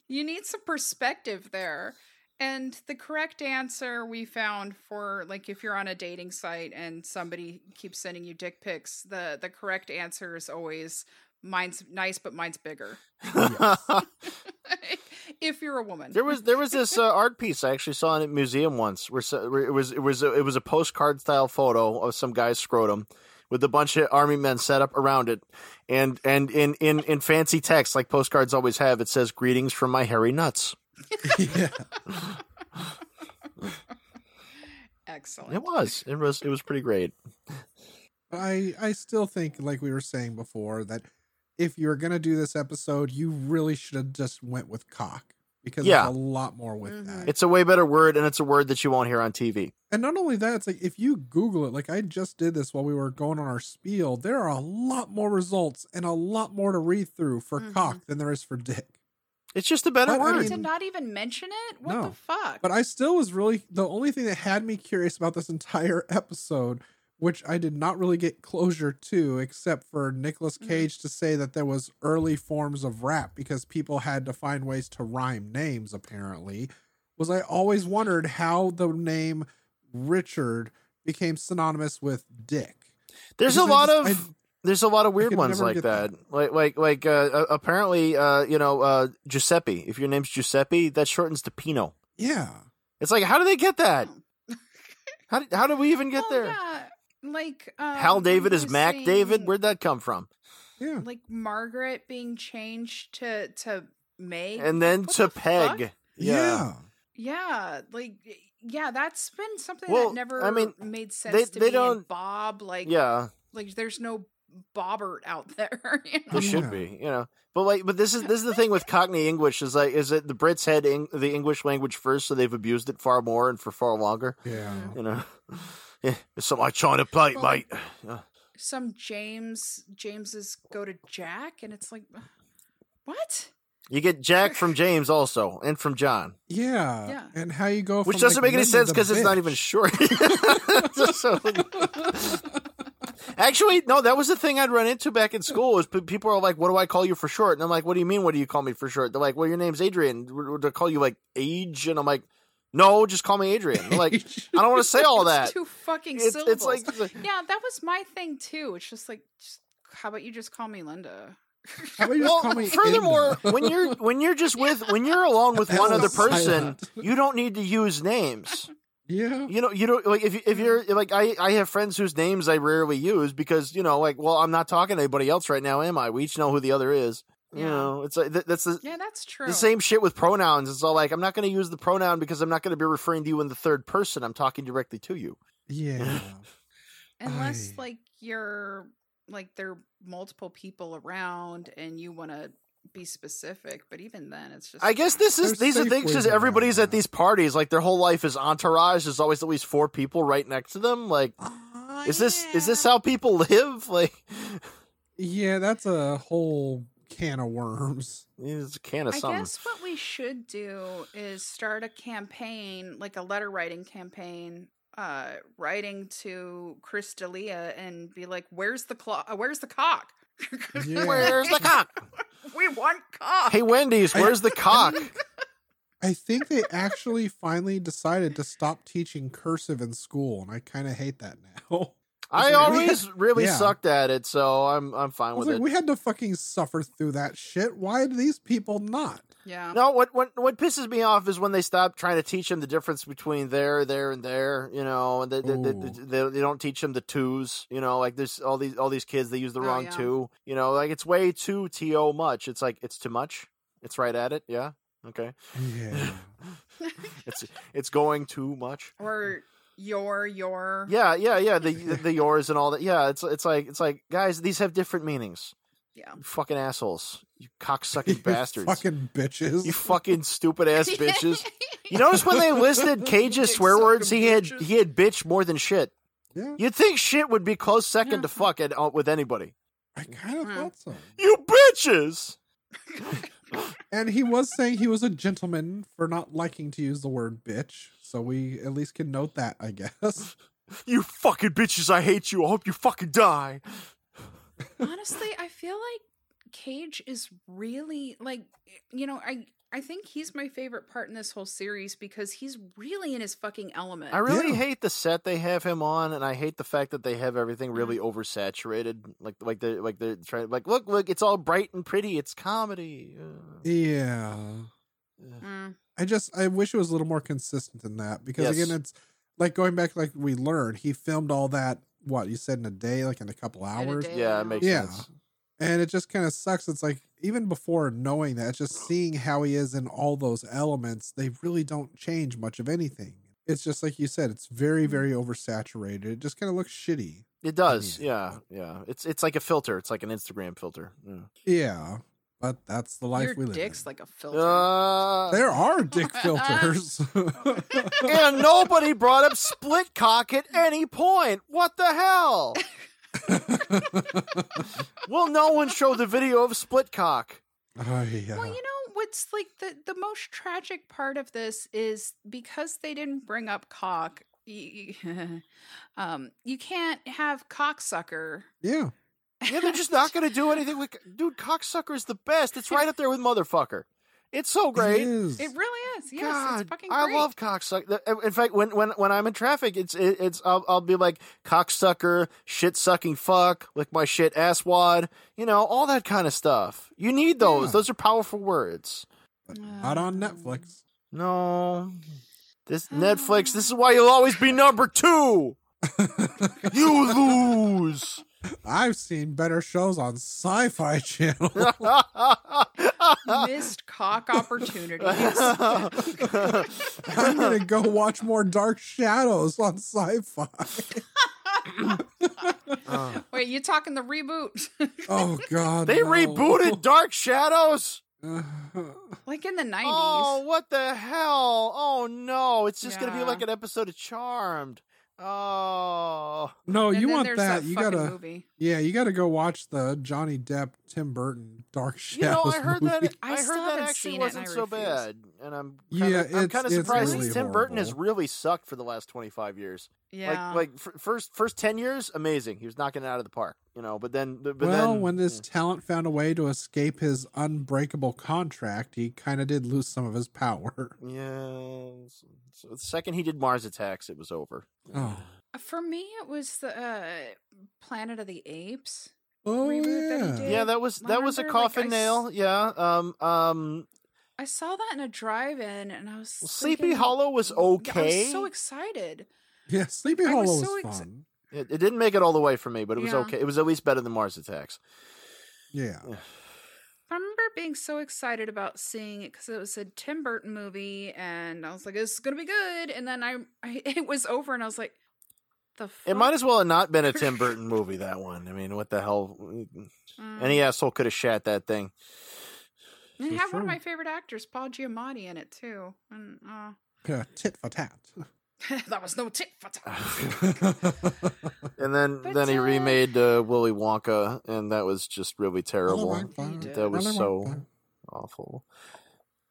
Speaker 2: You need some perspective there. And the correct answer we found for like if you're on a dating site and somebody keeps sending you dick pics, the the correct answer is always mine's nice but mine's bigger. if you're a woman.
Speaker 4: There was there was this uh, art piece I actually saw in a museum once where, so- where it was it was a, it was a postcard style photo of some guy's scrotum with a bunch of army men set up around it and and in in in fancy text like postcards always have it says greetings from my hairy nuts.
Speaker 3: yeah.
Speaker 2: Excellent.
Speaker 4: It was it was it was pretty great.
Speaker 3: I I still think like we were saying before that if you were going to do this episode, you really should have just went with cock because
Speaker 4: Yeah.
Speaker 3: there's a lot more with
Speaker 2: Mhm.
Speaker 3: that.
Speaker 4: It's a way better word and it's a word that you won't hear on TV.
Speaker 3: And not only that, it's like if you Google it, like I just did this while we were going on our spiel, there are a lot more results and a lot more to read through for
Speaker 2: Mhm.
Speaker 3: cock than there is for dick.
Speaker 4: It's just a better
Speaker 3: But, I
Speaker 4: word.
Speaker 3: mean-
Speaker 2: to not even mention it? What
Speaker 3: No.
Speaker 2: the fuck?
Speaker 3: But I still was really the only thing that had me curious about this entire episode, which I did not really get closure to, except for Nicolas
Speaker 2: Mhm.
Speaker 3: Cage to say that there was early forms of rap because people had to find ways to rhyme names. Apparently, was I always wondered how the name Richard became synonymous with Dick.
Speaker 4: There's a
Speaker 3: Because I
Speaker 4: lot
Speaker 3: just-
Speaker 4: of
Speaker 3: I-
Speaker 4: There's a lot of weird
Speaker 3: could
Speaker 4: ones
Speaker 3: never
Speaker 4: like
Speaker 3: get
Speaker 4: that. Like like like uh, uh, apparently uh, you know uh, Giuseppe. If your name's Giuseppe, that shortens to Pino.
Speaker 3: yeah.
Speaker 4: It's like how do they get that? How did, how did we even get
Speaker 2: Well,
Speaker 4: there?
Speaker 2: Oh, yeah, Like um,
Speaker 4: Hal David
Speaker 2: he
Speaker 4: is
Speaker 2: was
Speaker 4: Mac David.
Speaker 2: saying-
Speaker 4: Where'd that come from?
Speaker 3: Yeah.
Speaker 2: like Margaret being changed to to Meg
Speaker 4: And then
Speaker 2: What
Speaker 4: to
Speaker 2: the fuck?
Speaker 4: Peg.
Speaker 3: Yeah.
Speaker 2: Yeah, like yeah, that's been something
Speaker 4: Well,
Speaker 2: that never
Speaker 4: I mean,
Speaker 2: made sense
Speaker 4: they-
Speaker 2: to
Speaker 4: they
Speaker 2: me. and
Speaker 4: don't-
Speaker 2: Bob, like
Speaker 4: Yeah,
Speaker 2: like there's no Bobbert out there. You know?
Speaker 4: there should
Speaker 3: Yeah.
Speaker 4: be. You know, but like, but this is this is the thing with Cockney English is like, is it the Brits had Eng- the English language first, so they've abused it far more and for far longer.
Speaker 3: Yeah.
Speaker 4: You know, yeah, it's something like China plate,
Speaker 2: Well,
Speaker 4: mate. Yeah.
Speaker 2: Some James Jameses go to Jack, and it's like what?
Speaker 4: You get Jack from James also, and from John,
Speaker 3: Yeah.
Speaker 2: Yeah.
Speaker 3: And how you go
Speaker 4: which
Speaker 3: from,
Speaker 4: doesn't
Speaker 3: like,
Speaker 4: make any
Speaker 3: Linda
Speaker 4: sense
Speaker 3: the
Speaker 4: because it's not
Speaker 3: bitch.
Speaker 4: even short. Just so- Actually, no, that was the thing I'd run into back in school. Is pe- people are like, "What do I call you for short?" And I'm like, "What do you mean? What do you call me for short?" They're like, "Well, your name's Adrian. Would I call you like Age?" And I'm like, "No, just call me Adrian." They're like, "I don't want to say all
Speaker 2: It's
Speaker 4: that."
Speaker 2: two fucking
Speaker 4: It's,
Speaker 2: syllables.
Speaker 4: it's like
Speaker 2: yeah, that was my thing too. It's just like, just, how about you just call me Linda?
Speaker 3: How about you just call
Speaker 4: Well,
Speaker 3: me
Speaker 4: furthermore,
Speaker 3: Inda?
Speaker 4: when you're when you're just with when you're alone with
Speaker 3: That
Speaker 4: one other
Speaker 3: was
Speaker 4: person,
Speaker 3: silent.
Speaker 4: you don't need to use names.
Speaker 3: Yeah.
Speaker 4: You know, you know, like if you- if you're like I I have friends whose names I rarely use because you know, like, well, I'm not talking to anybody else right now, am I? We each know who the other is. You
Speaker 2: Yeah.
Speaker 4: know, it's like th- that's the,
Speaker 2: Yeah, that's true.
Speaker 4: the same shit with pronouns. It's all like I'm not going to use the pronoun because I'm not going to be referring to you in the third person. I'm talking directly to you.
Speaker 3: Yeah.
Speaker 2: Unless
Speaker 3: I-
Speaker 2: like you're like there are multiple people around and you want to be specific, but even then it's just
Speaker 4: I guess this is
Speaker 3: There's
Speaker 4: these are
Speaker 3: safe
Speaker 4: things
Speaker 3: ways
Speaker 4: because
Speaker 3: around
Speaker 4: everybody's at
Speaker 3: that.
Speaker 4: these parties. Like their whole life is entourage. There's always at least four people right next to them. Like,
Speaker 3: Oh,
Speaker 4: is this is this how people live? Like,
Speaker 3: Yeah, that's a whole can of worms.
Speaker 4: it's a can of
Speaker 2: I
Speaker 4: something.
Speaker 2: guess what we should do is start a campaign, like a letter writing campaign, uh, writing to Chris D'Elia and be like, "Where's the clock? Where's the cock?
Speaker 3: Yeah.
Speaker 4: Where's the cock?
Speaker 2: we want cock."
Speaker 4: Hey Wendy's, where's the cock?
Speaker 3: I think they actually finally decided to stop teaching cursive in school, and I kind of hate that now.
Speaker 4: I always really
Speaker 3: Yeah.
Speaker 4: sucked at it, so I'm I'm
Speaker 3: I
Speaker 4: fine
Speaker 3: was
Speaker 4: with
Speaker 3: like,
Speaker 4: it.
Speaker 3: we had to fucking suffer through that shit. Why do these people not?
Speaker 2: yeah,
Speaker 4: No, what what what pisses me off is when they stop trying to teach him the difference between there, there, and there. You know, and they they, they,
Speaker 3: Ooh.
Speaker 4: they, they don't teach him the twos. You know, like there's all these all these kids they use the
Speaker 2: Oh,
Speaker 4: wrong
Speaker 2: yeah.
Speaker 4: two. You know, like it's way too to much. It's like it's too much. It's right at it. Yeah. Okay.
Speaker 3: Yeah.
Speaker 4: It's it's going too much.
Speaker 2: or your your
Speaker 4: Yeah, yeah, yeah. The the yours and all that. Yeah, it's it's like it's like guys, these have different meanings.
Speaker 2: yeah.
Speaker 4: You fucking assholes. You cocksucking
Speaker 3: You
Speaker 4: bastards.
Speaker 3: Fucking bitches.
Speaker 4: You fucking stupid ass bitches. You notice when they listed Cage's swear
Speaker 2: Suck 'em,
Speaker 4: words, he had
Speaker 2: bitches.
Speaker 4: he had bitch more than shit.
Speaker 3: yeah.
Speaker 4: You'd think shit would be close second
Speaker 2: Yeah.
Speaker 4: to fuck at, uh, with anybody.
Speaker 3: I kind of
Speaker 2: Hmm.
Speaker 3: thought so.
Speaker 4: You bitches.
Speaker 3: And he was saying he was a gentleman for not liking to use the word bitch. So we at least can note that, I guess.
Speaker 4: You fucking bitches. I hate you. I hope you fucking die.
Speaker 2: Honestly, I feel like Cage is really like you know, I I think he's my favorite part in this whole series because he's really in his fucking element.
Speaker 4: I really
Speaker 3: Yeah.
Speaker 4: hate the set they have him on, and I hate the fact that they have everything really oversaturated. Like like they like they're trying like look look it's all bright and pretty. It's comedy. Uh,
Speaker 3: Yeah.
Speaker 2: Mm.
Speaker 3: I just I wish it was a little more consistent than that because
Speaker 4: Yes.
Speaker 3: again it's like going back like we learned he filmed all that what you said in a day like in a couple
Speaker 2: a
Speaker 3: hours
Speaker 2: day.
Speaker 4: Yeah, it makes
Speaker 3: Yeah.
Speaker 4: sense.
Speaker 3: and it just kind of sucks it's like even before knowing that just seeing how he is in all those elements they really don't change much of anything it's just like you said it's very very oversaturated it just kind of looks shitty
Speaker 4: It does. Yeah.
Speaker 3: Yeah.
Speaker 4: Yeah. It's it's like a filter. It's like an Instagram filter. Yeah.
Speaker 3: yeah but that's the life
Speaker 2: Your
Speaker 3: we live
Speaker 2: dick's
Speaker 3: in
Speaker 2: like a filter.
Speaker 4: Uh,
Speaker 3: there are dick filters
Speaker 4: and nobody brought up split cock at any point. What the hell? Will no one show the video of split cock?
Speaker 3: oh yeah
Speaker 2: Well, you know what's like the the most tragic part of this is because they didn't bring up cock. y- y- um, you can't have cocksucker.
Speaker 3: yeah
Speaker 4: Yeah, they're just not going to do anything with. Dude, cocksucker is the best. It's right up there with motherfucker. It's so great.
Speaker 3: it is
Speaker 2: It really is. Yes, it's fucking great.
Speaker 4: I love cocksucker. In fact, when when when I'm in traffic, it's it, it's I'll, I'll be like cocksucker, shit sucking fuck, lick my shit asswad, you know, all that kind of stuff. You need those.
Speaker 3: Yeah.
Speaker 4: Those are powerful words.
Speaker 2: Uh,
Speaker 3: but not on netflix
Speaker 4: No. This Netflix, this is why you'll always be number 2. You lose.
Speaker 3: I've seen better shows on Sci Fi Channel.
Speaker 2: missed cock opportunities.
Speaker 3: I'm going to go watch more Dark Shadows on Sci Fi.
Speaker 2: Wait, you talking the reboot?
Speaker 3: Oh, God.
Speaker 4: they
Speaker 3: no.
Speaker 4: rebooted Dark Shadows?
Speaker 2: like in the nineties?
Speaker 4: Oh, what the hell? Oh no, it's just gonna be
Speaker 2: Yeah.
Speaker 4: like an episode of Charmed. Oh,
Speaker 3: no,
Speaker 2: And
Speaker 3: you
Speaker 2: then
Speaker 3: want
Speaker 2: there's
Speaker 3: that. You got
Speaker 2: fucking
Speaker 3: to,
Speaker 2: movie.
Speaker 3: yeah, you got to go watch the Johnny Depp, Tim Burton Dark
Speaker 4: you know,
Speaker 3: Shadows.
Speaker 4: I heard
Speaker 3: movie.
Speaker 4: that.
Speaker 2: I
Speaker 4: I,
Speaker 2: still
Speaker 4: heard that
Speaker 2: haven't
Speaker 4: actually
Speaker 2: seen it, and
Speaker 4: wasn't
Speaker 2: I
Speaker 4: so
Speaker 2: refuse.
Speaker 4: bad, and I'm
Speaker 3: Yeah,
Speaker 4: kinda, I'm
Speaker 3: it's-
Speaker 4: kind of
Speaker 3: it's
Speaker 4: surprised
Speaker 2: really
Speaker 4: Tim Burton has
Speaker 3: horrible.
Speaker 4: really sucked for the last 25 years.
Speaker 2: Yeah,
Speaker 4: Like, like f- first first 10 years, amazing. He was knocking it out of the park, you know. But then, but
Speaker 3: well,
Speaker 4: then,
Speaker 3: when this talent found a way to escape his unbreakable contract, he kind of did lose some of his power.
Speaker 4: Mm. yeah. So the second he did Mars Attacks, it was over.
Speaker 3: Oh,
Speaker 2: for me it was the uh, Planet of the Apes.
Speaker 3: oh
Speaker 2: Reboot that he
Speaker 3: yeah.
Speaker 2: did.
Speaker 4: Yeah, that was that was a
Speaker 2: Remember, like,
Speaker 4: coffin
Speaker 2: I s-
Speaker 4: nail. Yeah. Um. Um.
Speaker 2: I saw that in a drive-in, and I was
Speaker 4: Well, Sleepy
Speaker 2: thinking-
Speaker 4: Hollow was
Speaker 2: Yeah, I
Speaker 4: okay.
Speaker 2: was so excited.
Speaker 3: Yeah, Sleepy
Speaker 2: I
Speaker 3: Hollow
Speaker 2: was
Speaker 3: was,
Speaker 2: so ex-
Speaker 3: fun.
Speaker 4: It, it didn't make it all the way for me, but it was
Speaker 2: Yeah.
Speaker 4: okay. It was at least better than Mars Attacks.
Speaker 3: yeah.
Speaker 2: I remember being so excited about seeing it because it was a Tim Burton movie, and I was like, "This is gonna be good." And then I, I it was over, and I was like, "The fuck?
Speaker 4: It might as well have not been a Tim Burton movie. That one. I mean, what the hell?
Speaker 2: Mm.
Speaker 4: Any asshole could have shat that thing.
Speaker 2: And it
Speaker 3: For
Speaker 2: had one of
Speaker 3: sure.
Speaker 2: my favorite actors, Paul Giamatti, in it too. And uh,
Speaker 3: Yeah, tit for tat.
Speaker 2: that was no tit for tat.
Speaker 4: And then
Speaker 2: But,
Speaker 4: then he
Speaker 2: uh,
Speaker 4: remade uh, Willy Wonka, and that was just really terrible,
Speaker 2: That
Speaker 4: was so-
Speaker 3: Wonka.
Speaker 4: awful.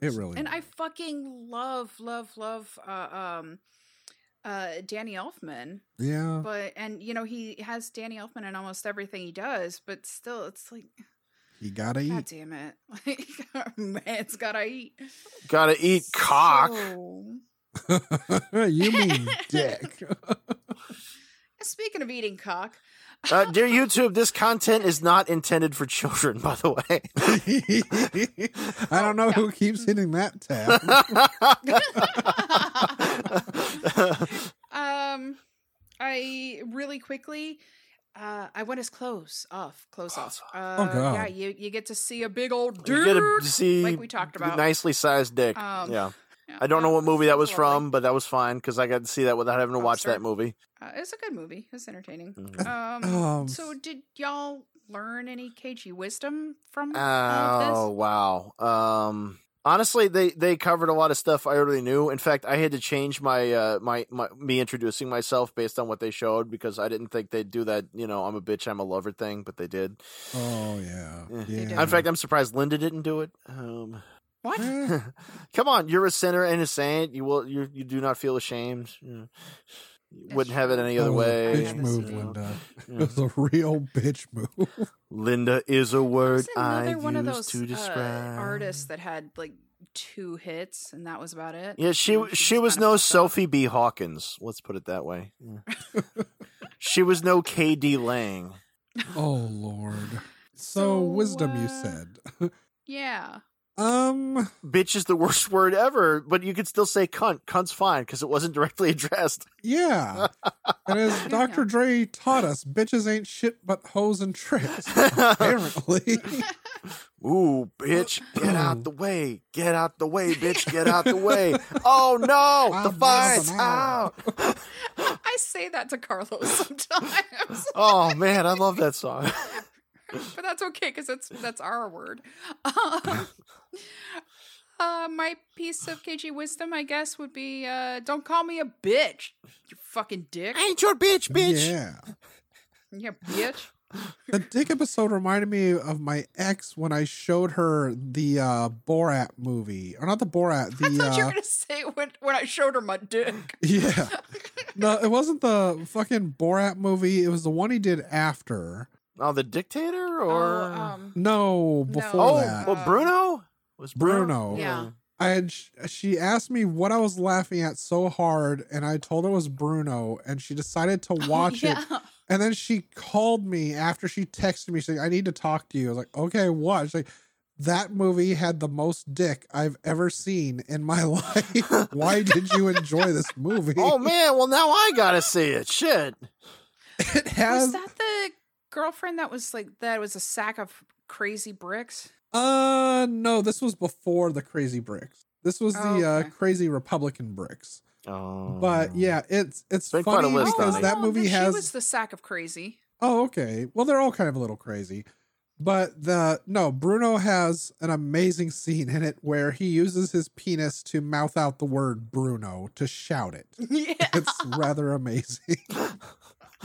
Speaker 3: It really.
Speaker 2: And
Speaker 3: was.
Speaker 2: I fucking love, love, love uh, um, uh, Danny Elfman.
Speaker 3: yeah.
Speaker 2: But and you know he has Danny Elfman in almost everything he does. But still, it's like,
Speaker 3: You gotta
Speaker 2: god
Speaker 3: eat.
Speaker 2: damn it, like man's gotta eat
Speaker 4: Gotta eat cock.
Speaker 2: So-
Speaker 3: you mean dick?
Speaker 2: Speaking of eating cock,
Speaker 4: Uh, dear YouTube, this content is not intended for children, by the way.
Speaker 3: I don't
Speaker 2: Oh,
Speaker 3: know who keeps hitting that tab.
Speaker 2: um, I really quickly. Uh, I want his clothes off. Clothes off. Uh,
Speaker 3: God.
Speaker 2: Yeah, you, you get to see a big old
Speaker 4: Oh, You
Speaker 2: dude,
Speaker 4: get to see
Speaker 2: like we talked about.
Speaker 4: nicely sized dick.
Speaker 2: Um,
Speaker 4: yeah.
Speaker 2: Yeah,
Speaker 4: I don't know what movie that was
Speaker 2: lovely.
Speaker 4: from, but that was fine because I got to see that without having to watch
Speaker 2: Lobster.
Speaker 4: that movie.
Speaker 2: Uh, it's a good movie. It's entertaining.
Speaker 4: Mhm.
Speaker 2: Um,
Speaker 3: Um,
Speaker 2: so did y'all learn any cagey wisdom from
Speaker 4: Oh
Speaker 2: all of
Speaker 4: wow. Um honestly they they covered a lot of stuff I already knew. In fact, I had to change my uh my, my me introducing myself based on what they showed because I didn't think they'd do that, you know, I'm a bitch, I'm a lover thing, but they did.
Speaker 3: Oh yeah.
Speaker 4: Yeah.
Speaker 2: They
Speaker 3: yeah.
Speaker 2: did.
Speaker 4: In fact, I'm surprised Linda didn't do it. Um
Speaker 2: this? What?
Speaker 3: Eh,
Speaker 4: Come on, you're a sinner and a saint. You will you you do not feel ashamed. You wouldn't have it any
Speaker 3: that
Speaker 4: other
Speaker 3: was a
Speaker 4: way.
Speaker 2: Yeah,
Speaker 3: Bitch move,
Speaker 4: You know.
Speaker 3: Linda. It
Speaker 4: Yeah.
Speaker 3: was a real bitch move.
Speaker 4: Linda is a word
Speaker 2: There's
Speaker 4: I
Speaker 2: another one of
Speaker 4: use
Speaker 2: those
Speaker 4: to
Speaker 2: uh,
Speaker 4: describe.
Speaker 2: artists that had like two hits, and that was about it.
Speaker 4: Yeah, she
Speaker 2: And
Speaker 4: she, she
Speaker 2: just
Speaker 4: was
Speaker 2: kinda
Speaker 4: no
Speaker 2: fucked up.
Speaker 4: Sophie B. Hawkins. Let's put it that way. she was no K.D. Lang.
Speaker 3: Oh lord. So,
Speaker 2: So,
Speaker 3: wisdom, you
Speaker 2: uh,
Speaker 3: said.
Speaker 2: Yeah.
Speaker 3: Um.
Speaker 4: Bitch is the worst word ever, but you could still say cunt. Cunt's fine because it wasn't directly addressed.
Speaker 3: Yeah. And as
Speaker 2: Yeah.
Speaker 3: Dr. Dre taught us, bitches ain't shit but hoes and tricks. Apparently.
Speaker 4: Ooh, bitch, get out the way. Get out the way, bitch, get out the way. Oh no, the
Speaker 3: Five
Speaker 4: fire's
Speaker 3: miles an hour.
Speaker 4: out.
Speaker 2: I say that to Carlos sometimes,
Speaker 4: Oh man, I love that song.
Speaker 2: but that's okay because that's that's our word. Um, uh, my piece of KG wisdom, I guess, would be uh, don't call me a bitch, you fucking dick,
Speaker 4: ain't your bitch, bitch.
Speaker 3: Yeah.
Speaker 2: yeah, bitch.
Speaker 3: The dick episode reminded me of my ex when I showed her the uh, Borat movie. Or not the Borat, the
Speaker 2: I thought you
Speaker 3: uh,
Speaker 2: were gonna say when when I showed her my dick.
Speaker 3: Yeah. No, it wasn't the fucking Borat movie. It was the one he did after.
Speaker 4: Oh, the dictator
Speaker 2: Oh,
Speaker 4: or
Speaker 2: um, No.
Speaker 3: No, before
Speaker 4: Oh,
Speaker 3: that.
Speaker 4: well, Bruno was
Speaker 3: Bruno.
Speaker 2: Yeah.
Speaker 3: I had sh- she asked me what I was laughing at so hard, and I told her it was Bruno, and she decided to watch it.
Speaker 2: Oh, yeah.
Speaker 3: And then she called me after she texted me. She's like, I need to talk to you. I was like, okay, what? She's like, that movie had the most dick I've ever seen in my life. Why did you enjoy this movie?
Speaker 4: Oh man, well now I gotta see it. Shit.
Speaker 3: it
Speaker 2: Was
Speaker 3: has
Speaker 2: that the girlfriend that was like that was a sack of crazy bricks?
Speaker 3: uh no, this was before the crazy bricks. This was the
Speaker 2: Oh,
Speaker 3: uh
Speaker 2: okay.
Speaker 3: crazy Republican bricks.
Speaker 4: Oh.
Speaker 3: But yeah, it's it's
Speaker 4: Been quite a
Speaker 3: funny
Speaker 4: list,
Speaker 3: because
Speaker 4: honey.
Speaker 3: that movie
Speaker 2: Oh, she
Speaker 3: has
Speaker 2: was the sack of crazy.
Speaker 3: Oh, okay. Well, they're all kind of a little crazy. But the no, Bruno has an amazing scene in it where he uses his penis to mouth out the word Bruno to shout it.
Speaker 2: Yeah, and
Speaker 3: It's rather amazing.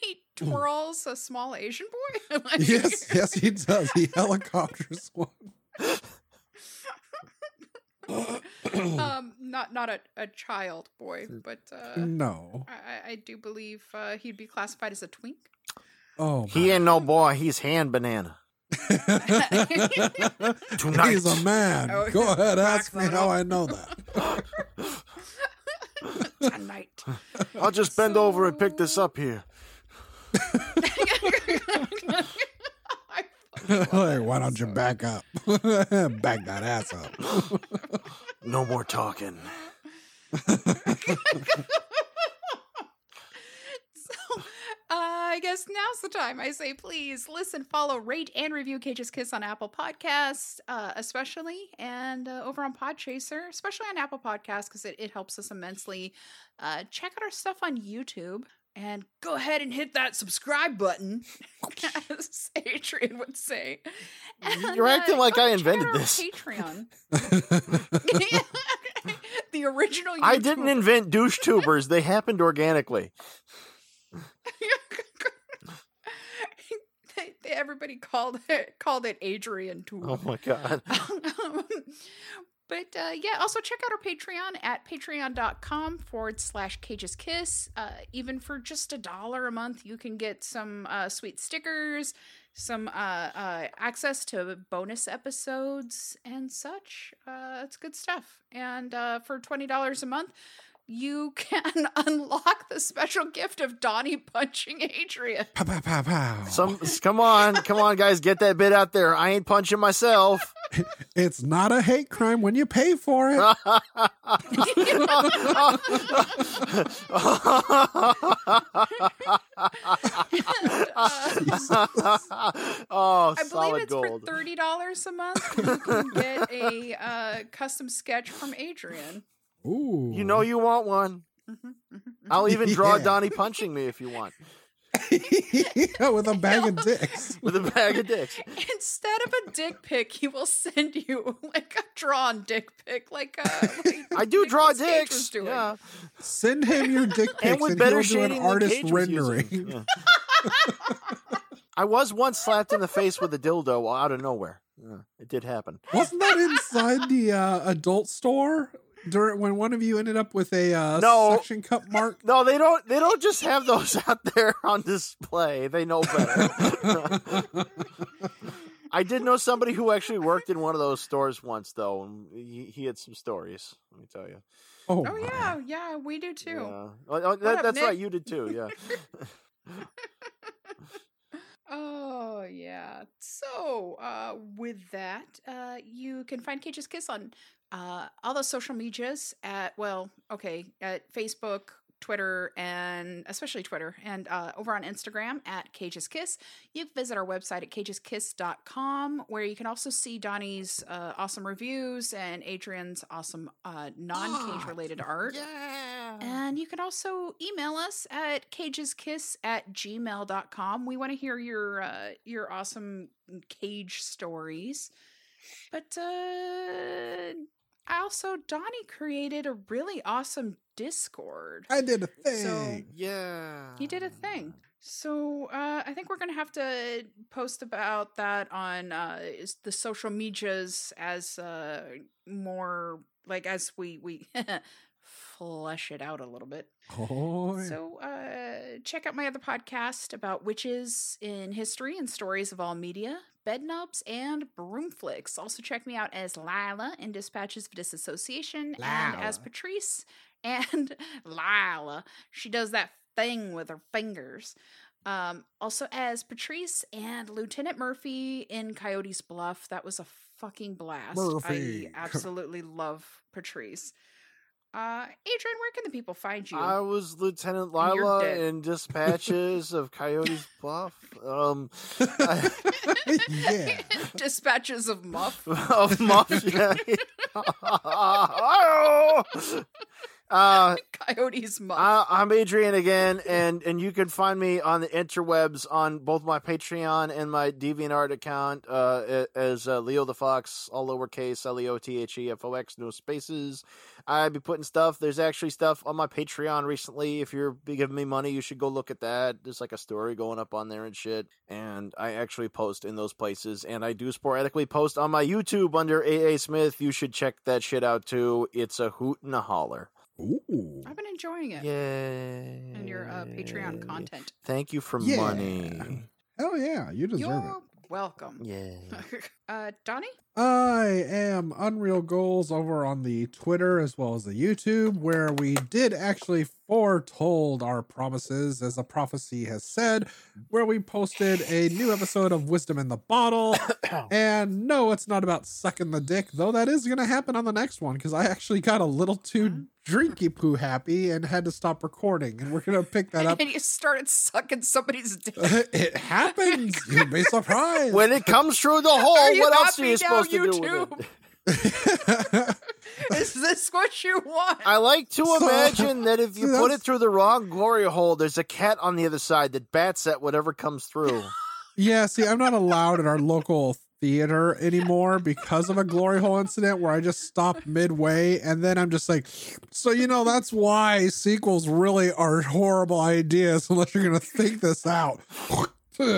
Speaker 2: he twirls a small Asian boy. Like-
Speaker 3: Mm. yes, yes, he does. He helicopters one. Oh.
Speaker 2: um, not not a, a child boy, but uh,
Speaker 3: no.
Speaker 2: I- I, I do believe uh, he'd be classified as a twink.
Speaker 3: Oh,
Speaker 4: He ain't no boy, he's hand banana.
Speaker 3: my.
Speaker 4: Tonight.
Speaker 3: he's a man.
Speaker 2: Oh,
Speaker 3: Go ahead,
Speaker 2: back
Speaker 3: ask me
Speaker 2: that
Speaker 3: how
Speaker 2: up.
Speaker 3: I know that.
Speaker 2: Tonight,
Speaker 4: I'll just bend over and pick this up here.
Speaker 2: I
Speaker 3: like, why don't you back up? back that ass up.
Speaker 4: No more talking.
Speaker 2: So, uh, I guess now's the time. I say, please listen, follow, rate, and review Cage's Kiss on Apple Podcasts, uh, especially, and uh, over on Podchaser, especially on Apple Podcasts, because it, it helps us immensely. Uh, check out our stuff on YouTube and go ahead and hit that subscribe button, as Adrian would say. uh,
Speaker 4: You're acting like
Speaker 2: go
Speaker 4: I
Speaker 2: check out
Speaker 4: invented
Speaker 2: our
Speaker 4: this.
Speaker 2: Patreon. the original.
Speaker 4: I didn't
Speaker 2: YouTube-
Speaker 4: invent douche tubers. They happened organically.
Speaker 2: They- they- Everybody called it called it Adrian Tool.
Speaker 4: Oh my god.
Speaker 2: but uh, yeah, also check out our Patreon at patreon.com forward slash cages kiss. Uh, even for just a dollar a month, you can get some uh, sweet stickers, some uh, uh, access to bonus episodes and such. Uh, it's good stuff. And uh, for $20 a month, you can unlock the special gift of Donnie punching Adrian.
Speaker 3: Pow, pow, pow, pow.
Speaker 4: Some come on, come on, guys, get that bit out there. I ain't punching myself.
Speaker 3: it's not a hate crime when you pay for it.
Speaker 2: Uh,
Speaker 4: oh,
Speaker 2: I believe
Speaker 4: solid
Speaker 2: it's
Speaker 4: gold.
Speaker 2: for thirty dollars a month. You can get a uh, custom sketch from Adrian.
Speaker 3: Ooh.
Speaker 4: You know you want one.
Speaker 2: Mm-hmm,
Speaker 4: I'll even draw
Speaker 3: Yeah.
Speaker 4: Donnie punching me if you want
Speaker 3: with a bag of dicks.
Speaker 4: with a bag of dicks.
Speaker 2: Instead of a dick pic, he will send you like a drawn dick pic, like uh, like
Speaker 4: I do draw
Speaker 2: Nicolas Cage was
Speaker 4: dicks.
Speaker 2: doing.
Speaker 4: Yeah.
Speaker 3: Send him your dick pics
Speaker 4: And
Speaker 3: and,
Speaker 4: with better
Speaker 3: he'll do
Speaker 4: shading
Speaker 3: an
Speaker 4: than
Speaker 3: artist
Speaker 4: Cage was using.
Speaker 3: rendering.
Speaker 4: Yeah. I was once slapped in the face with a dildo out of nowhere. Yeah, it did happen.
Speaker 3: Wasn't that inside the uh, adult store during when one of you ended up with a uh,
Speaker 4: No.
Speaker 3: suction cup mark?
Speaker 4: No, they don't. They don't just have those out there on display. They know better.
Speaker 3: Oh
Speaker 2: Oh,
Speaker 4: I did know somebody who actually worked in one of those stores once, though, and he, he had some stories. Let me tell you.
Speaker 3: Oh,
Speaker 2: Oh
Speaker 3: my.
Speaker 2: yeah, yeah, we do too.
Speaker 4: Yeah. Oh, oh, that-
Speaker 2: up,
Speaker 4: that's
Speaker 2: Nick?
Speaker 4: right. You did too. Yeah.
Speaker 2: Oh yeah. So uh, with that, uh, you can find Cage's Kiss on uh, all the social medias at well, okay, at Facebook, Twitter, and especially Twitter, and uh, over on Instagram at Cage's Kiss. You can visit our website at cageskiss.com, where you can also see Donnie's uh, awesome reviews and Adrian's awesome uh, non-cage related art.
Speaker 4: Oh.
Speaker 2: And you can also email us at cageskiss at gmail.com. We want to hear your uh, your awesome cage stories. But uh, I also, Donnie created a really awesome Discord.
Speaker 3: I did a thing.
Speaker 4: Yeah.
Speaker 2: He did a thing. So uh, I think we're going to have to post about that on uh, is the social medias as uh, more like as we we flesh it out a little bit.
Speaker 3: oh, yeah.
Speaker 2: So, uh, check out my other podcast about witches in history and stories of all media, bedknobs, and broomflicks. Also, check me out as Lila in Dispatches of Disassociation and as
Speaker 3: Lila.
Speaker 2: Patrice and Lila. She does that thing with her fingers. Um, also, as Patrice and Lieutenant Murphy in Coyote's Bluff. That was a fucking blast.
Speaker 3: Murphy.
Speaker 2: I absolutely love Patrice. Uh, Adrian, where can the people find you?
Speaker 4: I was Lieutenant
Speaker 2: And you're
Speaker 4: Lila
Speaker 2: dead.
Speaker 4: in Dispatches of Coyote's Bluff. Um, I-
Speaker 3: yeah.
Speaker 2: Dispatches of Muff.
Speaker 4: of mafia. Oh. uh,
Speaker 2: Coyotes
Speaker 3: Ah.
Speaker 2: Muff.
Speaker 4: I, I'm Adrian again, and and you can find me on the interwebs on both my Patreon and my DeviantArt account uh, a- as uh, Leo the Fox, all lowercase, L E O T H E F O X, no spaces. I be putting stuff. There's actually stuff on my Patreon recently. If you're be giving me money, you should go look at that. There's like a story going up on there and shit. And I actually post in those places, and I do sporadically post on my YouTube under AA Smith. You should check that shit out too. It's a hoot and a holler.
Speaker 3: Ooh.
Speaker 2: I've been enjoying it.
Speaker 4: Yay.
Speaker 2: And your uh, Patreon content.
Speaker 4: Thank you for
Speaker 3: Yeah.
Speaker 4: money.
Speaker 3: Hell Oh, yeah. You deserve
Speaker 2: You're welcome.
Speaker 4: Yeah.
Speaker 2: uh, Donnie?
Speaker 3: I am Unreal Goals over on the Twitter as well as the YouTube, where we did actually foretold our promises, as the prophecy has said, where we posted a new episode of Wisdom in the Bottle. and no, it's not about sucking the dick, though that is going to happen on the next one because I actually got a little too drinky poo happy and had to stop recording. And we're going to pick that up.
Speaker 2: and you started sucking somebody's dick.
Speaker 3: it happens. You'll be surprised.
Speaker 4: When it comes through the hole,
Speaker 2: you
Speaker 4: what else are
Speaker 2: happy
Speaker 4: you
Speaker 2: now,
Speaker 4: supposed to do with
Speaker 2: YouTube?
Speaker 4: it?
Speaker 2: Is this what you want?
Speaker 4: I like to
Speaker 3: So-
Speaker 4: imagine that if you
Speaker 3: See,
Speaker 4: put
Speaker 3: that's-
Speaker 4: it through the wrong glory hole, there's a cat on the other side that bats at whatever comes through.
Speaker 3: Yeah, see, I'm not allowed at our local theater anymore because of a glory hole incident where I just stopped midway and then I'm just like, so you know, that's why sequels really are horrible ideas unless you're gonna think this out.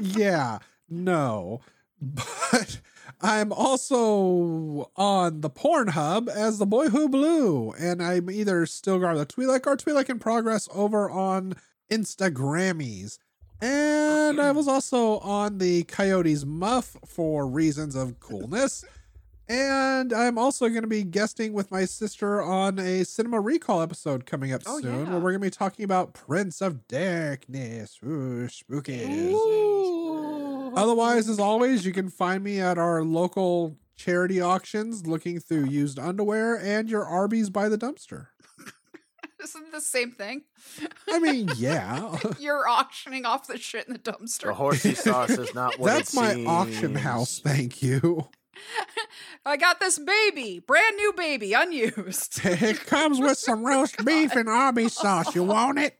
Speaker 3: yeah, no. But I'm also on the Pornhub as the boy who blew, and I'm either still gar the Twi'lek or Twi'lek in progress over on Instagrammies. And I was also on the Coyotes Muff for reasons of coolness. And I'm also going to be guesting with my sister on a Cinema Recall episode coming up
Speaker 2: Oh,
Speaker 3: soon,
Speaker 2: yeah.
Speaker 3: where we're going to be talking about Prince of Darkness. Ooh, spooky. Otherwise, as always, you can find me at our local charity auctions looking through used underwear and your Arby's by the dumpster.
Speaker 2: Isn't this the same thing?
Speaker 3: I mean, yeah.
Speaker 2: You're auctioning off the shit in the dumpster.
Speaker 4: The horsey sauce is not what
Speaker 3: That's
Speaker 4: it
Speaker 3: my
Speaker 4: seems.
Speaker 3: auction house. Thank you.
Speaker 2: I got this baby, brand new baby, unused.
Speaker 3: It comes with some roast beef and Arby's sauce. You want it?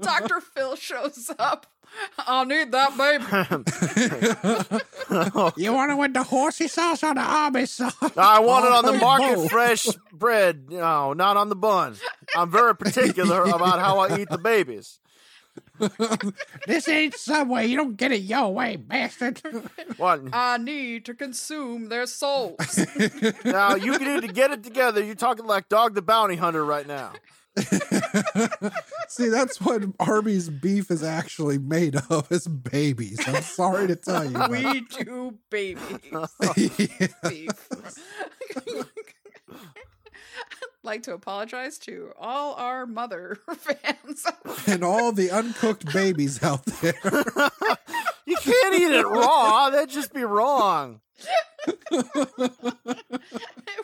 Speaker 2: Dr. Phil shows up. I'll need that baby.
Speaker 3: You want it with the horsey sauce or the Arby's sauce?
Speaker 4: I want it on the market
Speaker 3: Both.
Speaker 4: fresh bread. No, not on the bun. I'm very particular about how I eat the babies.
Speaker 3: This ain't Subway. You don't get it your way, bastard.
Speaker 4: What?
Speaker 2: I need to consume their souls.
Speaker 4: Now you need to get it together. You're talking like Dog the Bounty Hunter right now.
Speaker 3: See, that's what Arby's beef is actually made of is babies. I'm sorry to tell you. but-
Speaker 2: we do babies. Beef. like to apologize to all our mother fans.
Speaker 3: and all the uncooked babies out there.
Speaker 4: You can't eat it raw. That'd just be wrong.
Speaker 2: it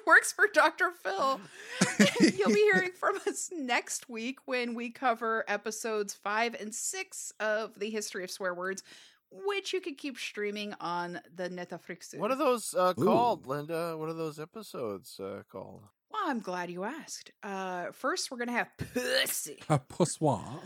Speaker 2: works for Dr. Phil. You'll be hearing from us next week when we cover episodes five and six of the history of swear words, which you can keep streaming on the Netflix.
Speaker 4: What are those uh, called, Linda? What are those episodes uh, called?
Speaker 2: Well, I'm glad you asked. Uh, first, we're gonna have pussy.
Speaker 3: A poussoir.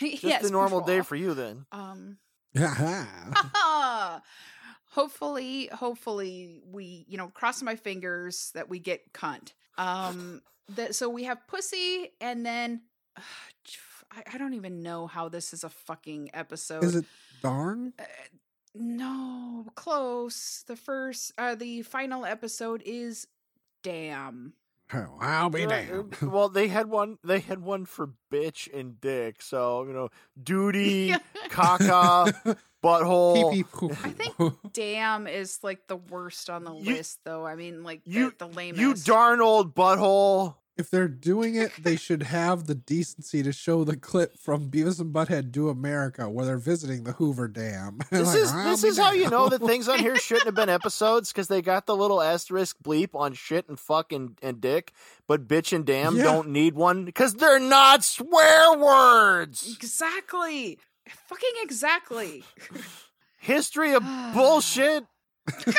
Speaker 4: Just a normal day for you then.
Speaker 2: Um,
Speaker 3: Aha.
Speaker 2: hopefully, hopefully we, you know, crossing my fingers that we get cunt. Um, that so we have pussy, and then I, I don't even know how this is a fucking episode.
Speaker 3: Is it darn?
Speaker 2: Uh, no, close. The first, uh, the final episode is damn.
Speaker 3: Oh, I'll be
Speaker 4: Right,
Speaker 3: damned.
Speaker 4: uh, Well, they had one. They had one for bitch and dick. So you know, duty, caca, Oh. butthole.
Speaker 3: Pee-pee poo.
Speaker 2: I think Damn is like the worst on the
Speaker 4: You-
Speaker 2: list, though. I mean, like
Speaker 4: you-
Speaker 2: the, the lamest.
Speaker 4: You darn old butthole.
Speaker 3: if they're doing it, they should have the decency to show the clip from Beavis and Butthead Do America where they're visiting the Hoover Dam.
Speaker 4: This
Speaker 3: Like,
Speaker 4: is
Speaker 3: I'll
Speaker 4: this
Speaker 3: be
Speaker 4: is how you
Speaker 3: damned.
Speaker 4: know that things on here shouldn't have been episodes because they got the little asterisk bleep on shit and fuck and, and dick, but bitch and damn
Speaker 3: Yeah.
Speaker 4: don't need one because they're not swear words.
Speaker 2: Exactly. Fucking exactly.
Speaker 4: History of bullshit.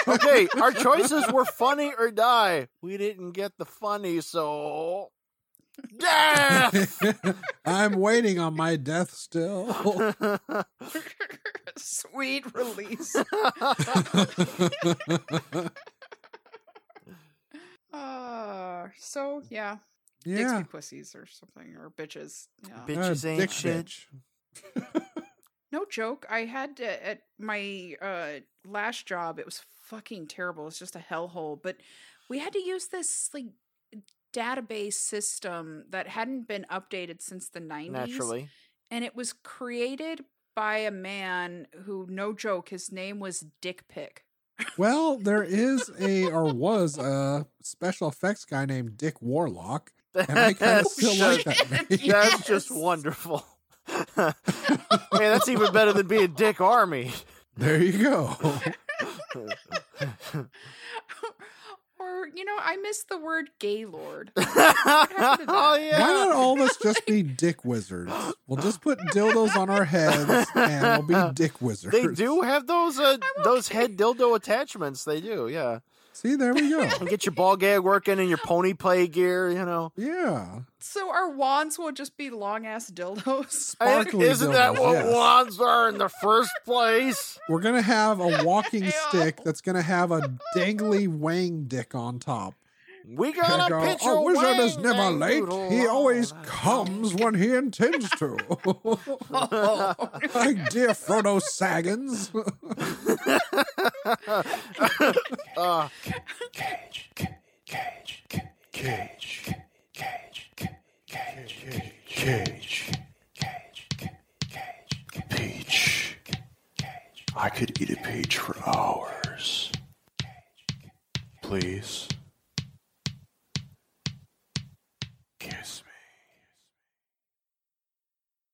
Speaker 4: okay, our choices were funny or die. We didn't get the funny, so death.
Speaker 3: I'm waiting on my death still.
Speaker 2: Sweet release. Uh, so yeah, dicks
Speaker 3: yeah.
Speaker 2: be pussies or something or bitches. Yeah.
Speaker 4: Bitch.
Speaker 3: Uh,
Speaker 4: Bitches ain't
Speaker 3: dick
Speaker 4: shit.
Speaker 3: bitch.
Speaker 2: No joke. I had to, at my uh last job. It was fucking terrible. It's just a hellhole. But we had to use this like database system that hadn't been updated since the nineties.
Speaker 4: Naturally,
Speaker 2: and it was created by a man who, no joke, his name was Dick Pick.
Speaker 3: Well, there is a or was a special effects guy named Dick Warlock, and I kind of
Speaker 4: That's
Speaker 3: still
Speaker 4: just-
Speaker 3: like that name.
Speaker 4: That's just
Speaker 2: Yes.
Speaker 4: wonderful. Man, that's even better than being Dick Army.
Speaker 3: There you go.
Speaker 2: or, you know, I miss the word Gaylord. happened to
Speaker 4: oh
Speaker 3: Why not
Speaker 4: yeah.
Speaker 3: all of us just be dick wizards? We'll just put dildos on our heads and we'll be dick wizards.
Speaker 4: They do have those uh, those head dildo attachments. They do, yeah.
Speaker 3: See, there we go.
Speaker 4: And get your ball gag working and your pony play gear, you know.
Speaker 3: Yeah.
Speaker 2: So our wands will just be long ass dildos.
Speaker 3: Sparkly
Speaker 4: Isn't that
Speaker 3: dildos,
Speaker 4: what
Speaker 3: yes.
Speaker 4: wands are in the first place?
Speaker 3: We're going to have a walking
Speaker 2: Ew.
Speaker 3: stick that's going to have a dangly wang dick on top.
Speaker 4: We got
Speaker 3: Go,
Speaker 4: a picture.
Speaker 3: a Oh, wizard
Speaker 4: Wang
Speaker 3: is never
Speaker 4: Bang
Speaker 3: late.
Speaker 4: Doodle."
Speaker 3: He
Speaker 4: Oh,
Speaker 3: always
Speaker 4: that's-
Speaker 3: comes when he intends to. like dear Frodo Saggins.
Speaker 4: Uh,
Speaker 1: Cage. Cage. Cage. Cage. Cage. Cage. Cage. Cage. Cage. Cage. Cage. Peach. I could eat a peach for hours. Please.